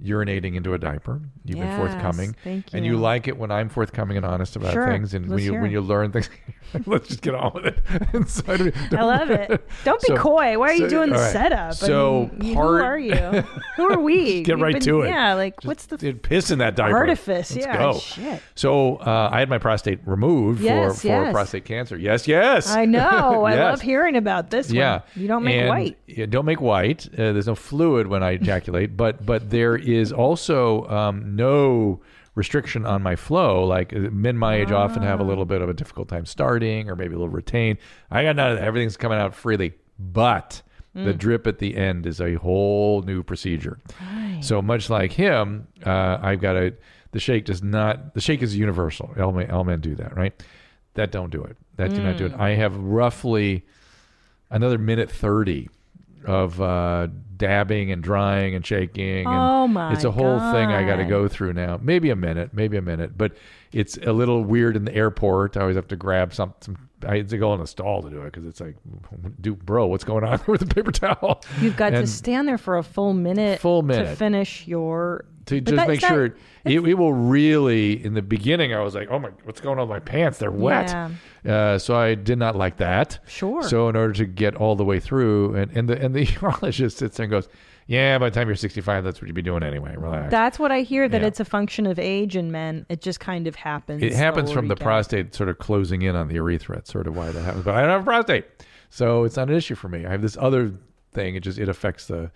urinating into a diaper. You've been Yes, forthcoming. thank And you you. like it when I'm forthcoming and honest about Sure, things and when let's you hear when it. you learn things [LAUGHS] let's just get on with it. [LAUGHS] And so I, don't- I [LAUGHS] love it. Don't be So- coy. Why are so- you doing the all right. setup? I So mean, part- who are you? Who are [LAUGHS] we? Get We've right been- to it. Yeah, like Just what's [LAUGHS] the dude, piss in that diaper? Artifice, Let's yeah, Go. shit. So uh, I had my prostate removed Yes, for, for yes. prostate cancer. Yes, yes. [LAUGHS] I know. I Yes. love hearing about this Yeah, one. You don't make And- white. Yeah, don't make white. Uh, there's no fluid when I ejaculate, but but there is also um, no restriction on my flow. Like uh, men my age often have a little bit of a difficult time starting, or maybe a little retained. I got none of that. Everything's coming out freely, but the Mm. drip at the end is a whole new procedure. So much like him, uh, I've got a. The shake does not. The shake is universal. All men, all men do that, right? That don't do it. That do not do it. Mm. I have roughly another minute 30 of uh, dabbing and drying and shaking. And Oh my It's a whole thing I got to God. go through now. Maybe a minute, maybe a minute, but it's a little weird in the airport. I always have to grab some. some I had to go in a stall to do it because it's like, dude, bro, what's going on [LAUGHS] with the paper towel? You've got to And- stand there for a full minute. Full to minute. finish your. to But just that- make that- sure it, it, it will really in the beginning i was like oh my what's going on with my pants they're wet Yeah. uh, so i did not like that Sure. so in order to get all the way through and, and the [LAUGHS] and the urologist sits there and goes yeah by the time you're 65 that's what you'd be doing anyway relax That's what I hear. That Yeah. it's a function of age in men. It just kind of happens. it happens from the older you get. prostate sort of closing in on the urethra it's sort of why that happens but i don't have a prostate so it's not an issue for me i have this other thing it just it affects the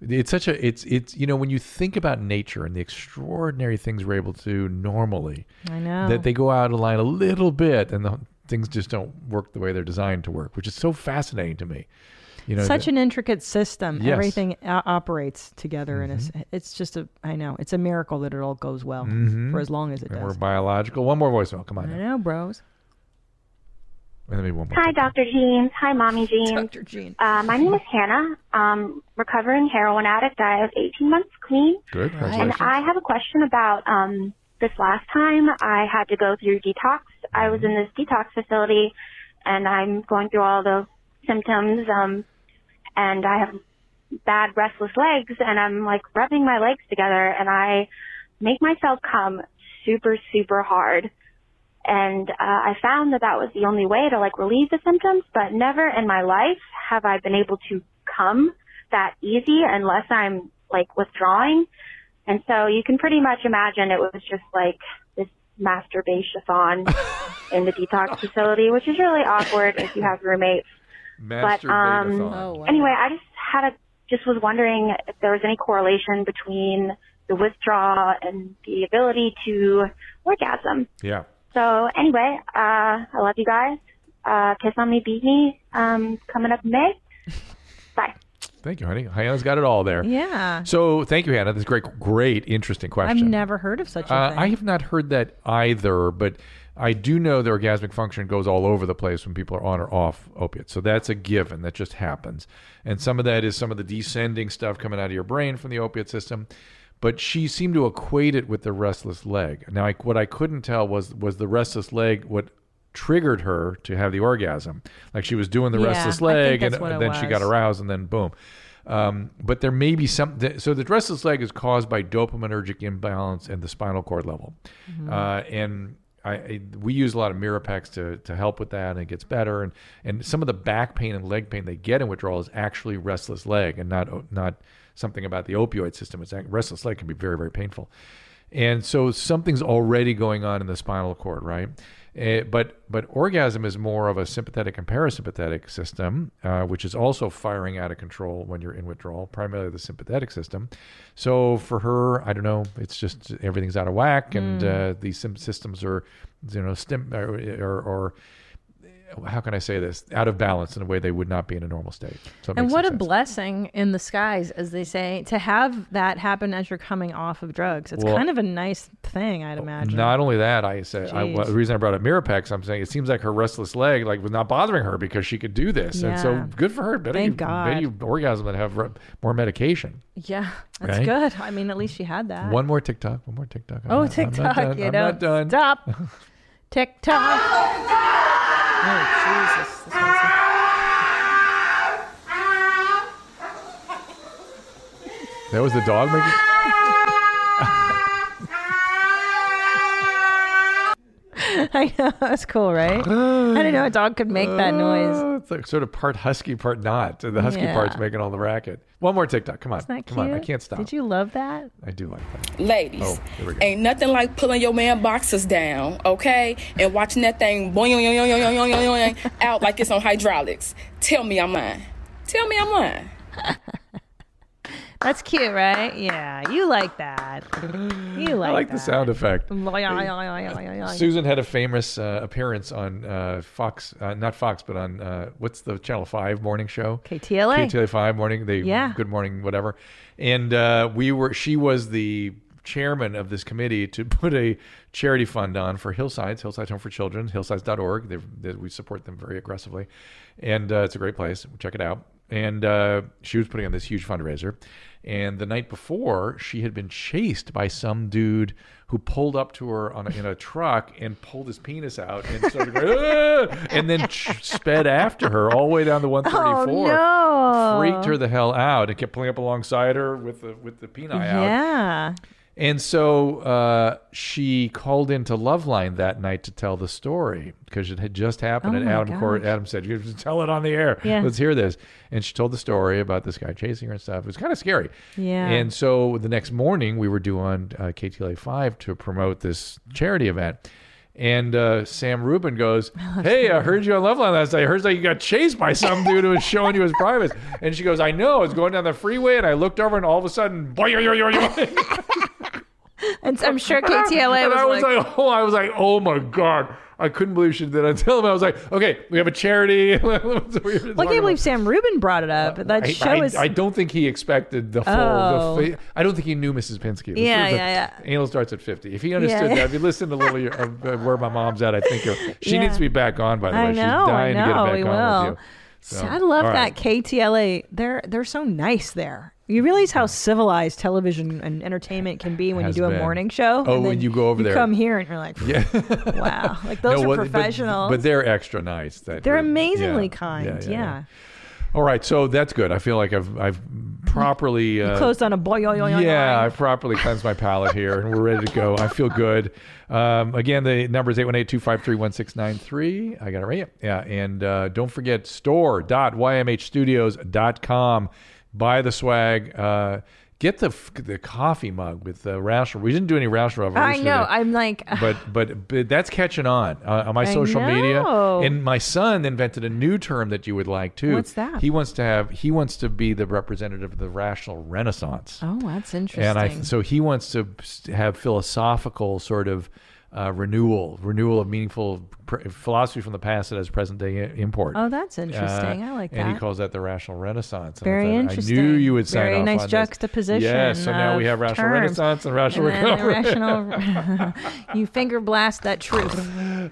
It's such a it's it's you know when you think about nature and the extraordinary things we're able to do normally, I know. that they go out of line a little bit and the things just don't work the way they're designed to work, which is so fascinating to me. You know, Such that- an intricate system. Yes. Mm-hmm. Everything o- operates together, and it's, it's just a. I know it's a miracle that it all goes well Mhm. for as long as it and does. we're biological. One more voicemail, come I on, know, bros. and then maybe one more. Hi, Dr. Jeans. Hi, Mommy Jeans. Dr. Jeans. Uh, my name is Hannah. Um, recovering heroin addict. I have 18 months clean. Good, And congratulations. I have a question about um, this last time I had to go through detox. I was in this detox facility, and I'm going through all the symptoms. Um, and I have bad restless legs, and I'm like rubbing my legs together, and I make myself come super super hard. And uh, I found that that was the only way to like relieve the symptoms, but never in my life have I been able to come that easy unless I'm like withdrawing. And so you can pretty much imagine it was just like this masturbation in the detox facility, which is really awkward if you have roommates. But um, Masturbatathon. Oh, anyway, I just had a just was wondering if there was any correlation between the withdrawal and the ability to orgasm. Yeah. So anyway, uh, I love you guys. Uh, kiss on me, beat me. Um, coming up in May. Thank you, honey. Hannah's got it all there. Yeah. So thank you, Hannah. That's a great, great, interesting question. I've never heard of such a Uh, thing. I have not heard that either, but I do know the orgasmic function goes all over the place when people are on or off opiates. So that's a given. That just happens. And some of that is some of the descending stuff coming out of your brain from the opiate system. But she seemed to equate it with the restless leg. Now, I, what I couldn't tell was was the restless leg what triggered her to have the orgasm. Like she was doing the Yeah, restless I think leg, that's and, what it then she got was. aroused, and then boom. Um, but there may be some. th- So the restless leg is caused by dopaminergic imbalance and the spinal cord level, Mhm. uh, and I, I we use a lot of Mirapex to to help with that, and it gets better. And and some of the back pain and leg pain they get in withdrawal is actually restless leg, and not o- not something about the opioid system. It's act- restless leg can be very very painful, and so something's already going on in the spinal cord, right? Eh, but but orgasm is more of a sympathetic and parasympathetic system, uh, which is also firing out of control when you're in withdrawal, primarily the sympathetic system. So for her, I don't know, it's just everything's out of whack, and Hmm. Mm. uh, these sym- systems are, you know, stim or, or, or how can I say this, out of balance in a way they would not be in a normal state. So it and makes what sense. a blessing in the skies, as they say, to have that happen as you're coming off of drugs. It's Well- kind of a nice thing, I'd imagine. Not only that, I say I, Jeez. well, the reason I brought up Mirapex, I'm saying it seems like her restless leg like was not bothering her because she could do this, and Yeah. so good for her. Better Thank you, better God. you orgasm and have re- more medication. yeah, that's Right? good. I mean, at least she had that. One more TikTok. One more TikTok. I'm oh, not- I'm not TikTok, done. you I'm know. not done. [LAUGHS] Stop. TikTok. oh, Jesus. [LAUGHS] This one's- That was the dog making. Ah, [LAUGHS] I know that's cool, right? I didn't know a dog could [GASPS] make that noise. Uh, it's like sort of part husky, part not. The husky Yeah. part's making all the racket. One more TikTok. Come on. Isn't that Come cute? on. I can't stop. Did you love that? I do like that. Ladies, Oh, here we go. ain't nothing like pulling your man boxes down, okay? And watching that thing boing, boing, boing, boing, boing, boing, boing, out like it's on hydraulics. Tell me I'm lying. Tell me I'm lying. That's cute, right? Yeah, you [GASPS] like that. You like. I like the sound Oh effect. sound. Susan had a famous uh, appearance on uh, Fox, uh, not Fox, but on uh, what's the Channel Five morning show? KTLA. KTLA E Five morning. They Yeah. Good morning, whatever. And uh, we were. She was the chairman of this committee to [LAUGHS] put a charity fund on for Hillsides, Hillsides Home for Children, hillsides.org. They've, they, we support them very aggressively, and uh, it's a great place. Check it out. And uh, she was putting on this huge fundraiser. And the night before, she had been chased by some dude who pulled up to her on a, in a truck and pulled his penis out and started [LAUGHS] going, "Ah!" and then ch- sped after her all the way down to 134. Oh, no. Freaked her the hell out and kept pulling up alongside her with the with the peni out. Yeah. And so uh, she called into Loveline that night to tell the story because it had just happened. Oh and my Adam Cor- gosh. Adam said, "You have to "Tell it on the air. Yeah. Let's hear this." And she told the story about this guy chasing her and stuff. It was kind of scary. Yeah. And so the next morning, we were due on uh, KTLA five to promote this charity event, And uh, Sam [LAUGHS] Rubin goes, Oh, "Hey, I heard you on Loveline last night. I heard that you got chased by some dude who was showing you his privates." And she goes, "I know. I was going down the freeway, and I looked over, and all of a sudden, boing, boing, boing, boing, boing." And [LAUGHS] I'm sure KTLA and I was was like, like, "Oh, I was like, oh my god." I couldn't believe she did. I tell him I was like, okay, we have a charity. [LAUGHS] well, I can't believe Sam Rubin brought it up. That I, show I- is. I don't think he expected the full. Oh. The fa- I don't think he knew Mrs. Pinsky. This Yeah, is a- yeah, Anal starts at fifty. If he understood Yeah. that, if he listened to a little of of where my mom's at, I think he'll- she Yeah. needs to be back on. By the way, I know, she's I dying to get know, back we on will. with you. So I love all right. that KTLA. They're they're so nice there. You realize how civilized television and entertainment can be when Has you do been. a morning show. Oh, and when then you go over there. come here and you're like, Yeah. [LAUGHS] wow, like those No, are but- but- professionals. But, they're extra nice. That They're group. Yeah, amazingly yeah, kind. Yeah, yeah. All right, so that's good. I feel like I've I've properly uh, closed on a boy. yo, yo, yo, yo. yeah, I properly cleansed my palate here, and we're ready to go. I feel good. Um, again, the number is 818-253-1693. I got it right. Yep. Yeah, and uh, don't forget store.ymhstudios.com. Buy the swag. Uh, get the f- the coffee mug with the rational. We didn't do any rational revolution. I know. today I'm like, but, but but that's catching on uh, on my I social media. know. And my son invented a new term that you would like too. What's that? He wants to have. He wants to be the representative of the rational renaissance. oh, that's interesting. And I so he wants to have philosophical sort of uh, renewal, renewal of meaningful pr- philosophy from the past that has present day i- import. Uh, Oh, that's interesting. I like And he that. calls that the rational renaissance. And I Very thought, I knew interesting. you would sign Very off nice on this. juxtaposition Yes. So now we of have rational terms. renaissance and rational And [LAUGHS] then recovery. [LAUGHS] rational- [LAUGHS] you finger blast that truth.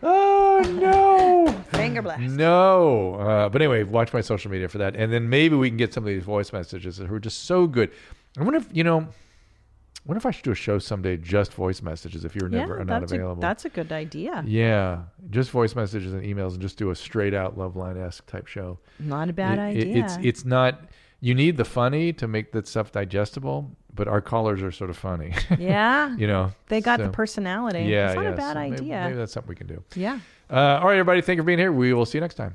oh no! finger [LAUGHS] blast. No. Uh, but anyway, watch my social media for that. And then maybe we can get some of these voice messages who are just so good. I wonder if, you know, I wonder if I should do a show someday just voice messages if you're never yeah, are not that's a, available. that's a good idea. yeah, just voice messages and emails, and just do a straight out love line esque type show. Not a bad It- it- It's idea. it's not. You need the funny to make that stuff digestible, but our callers are sort of funny. [LAUGHS] Yeah. you know, They got the so- personality. Yeah, It's not a yeah, bad so maybe- idea. Maybe that's something we can do. Yeah. Uh, all right, everybody. Thank you for being here. We will see you next time.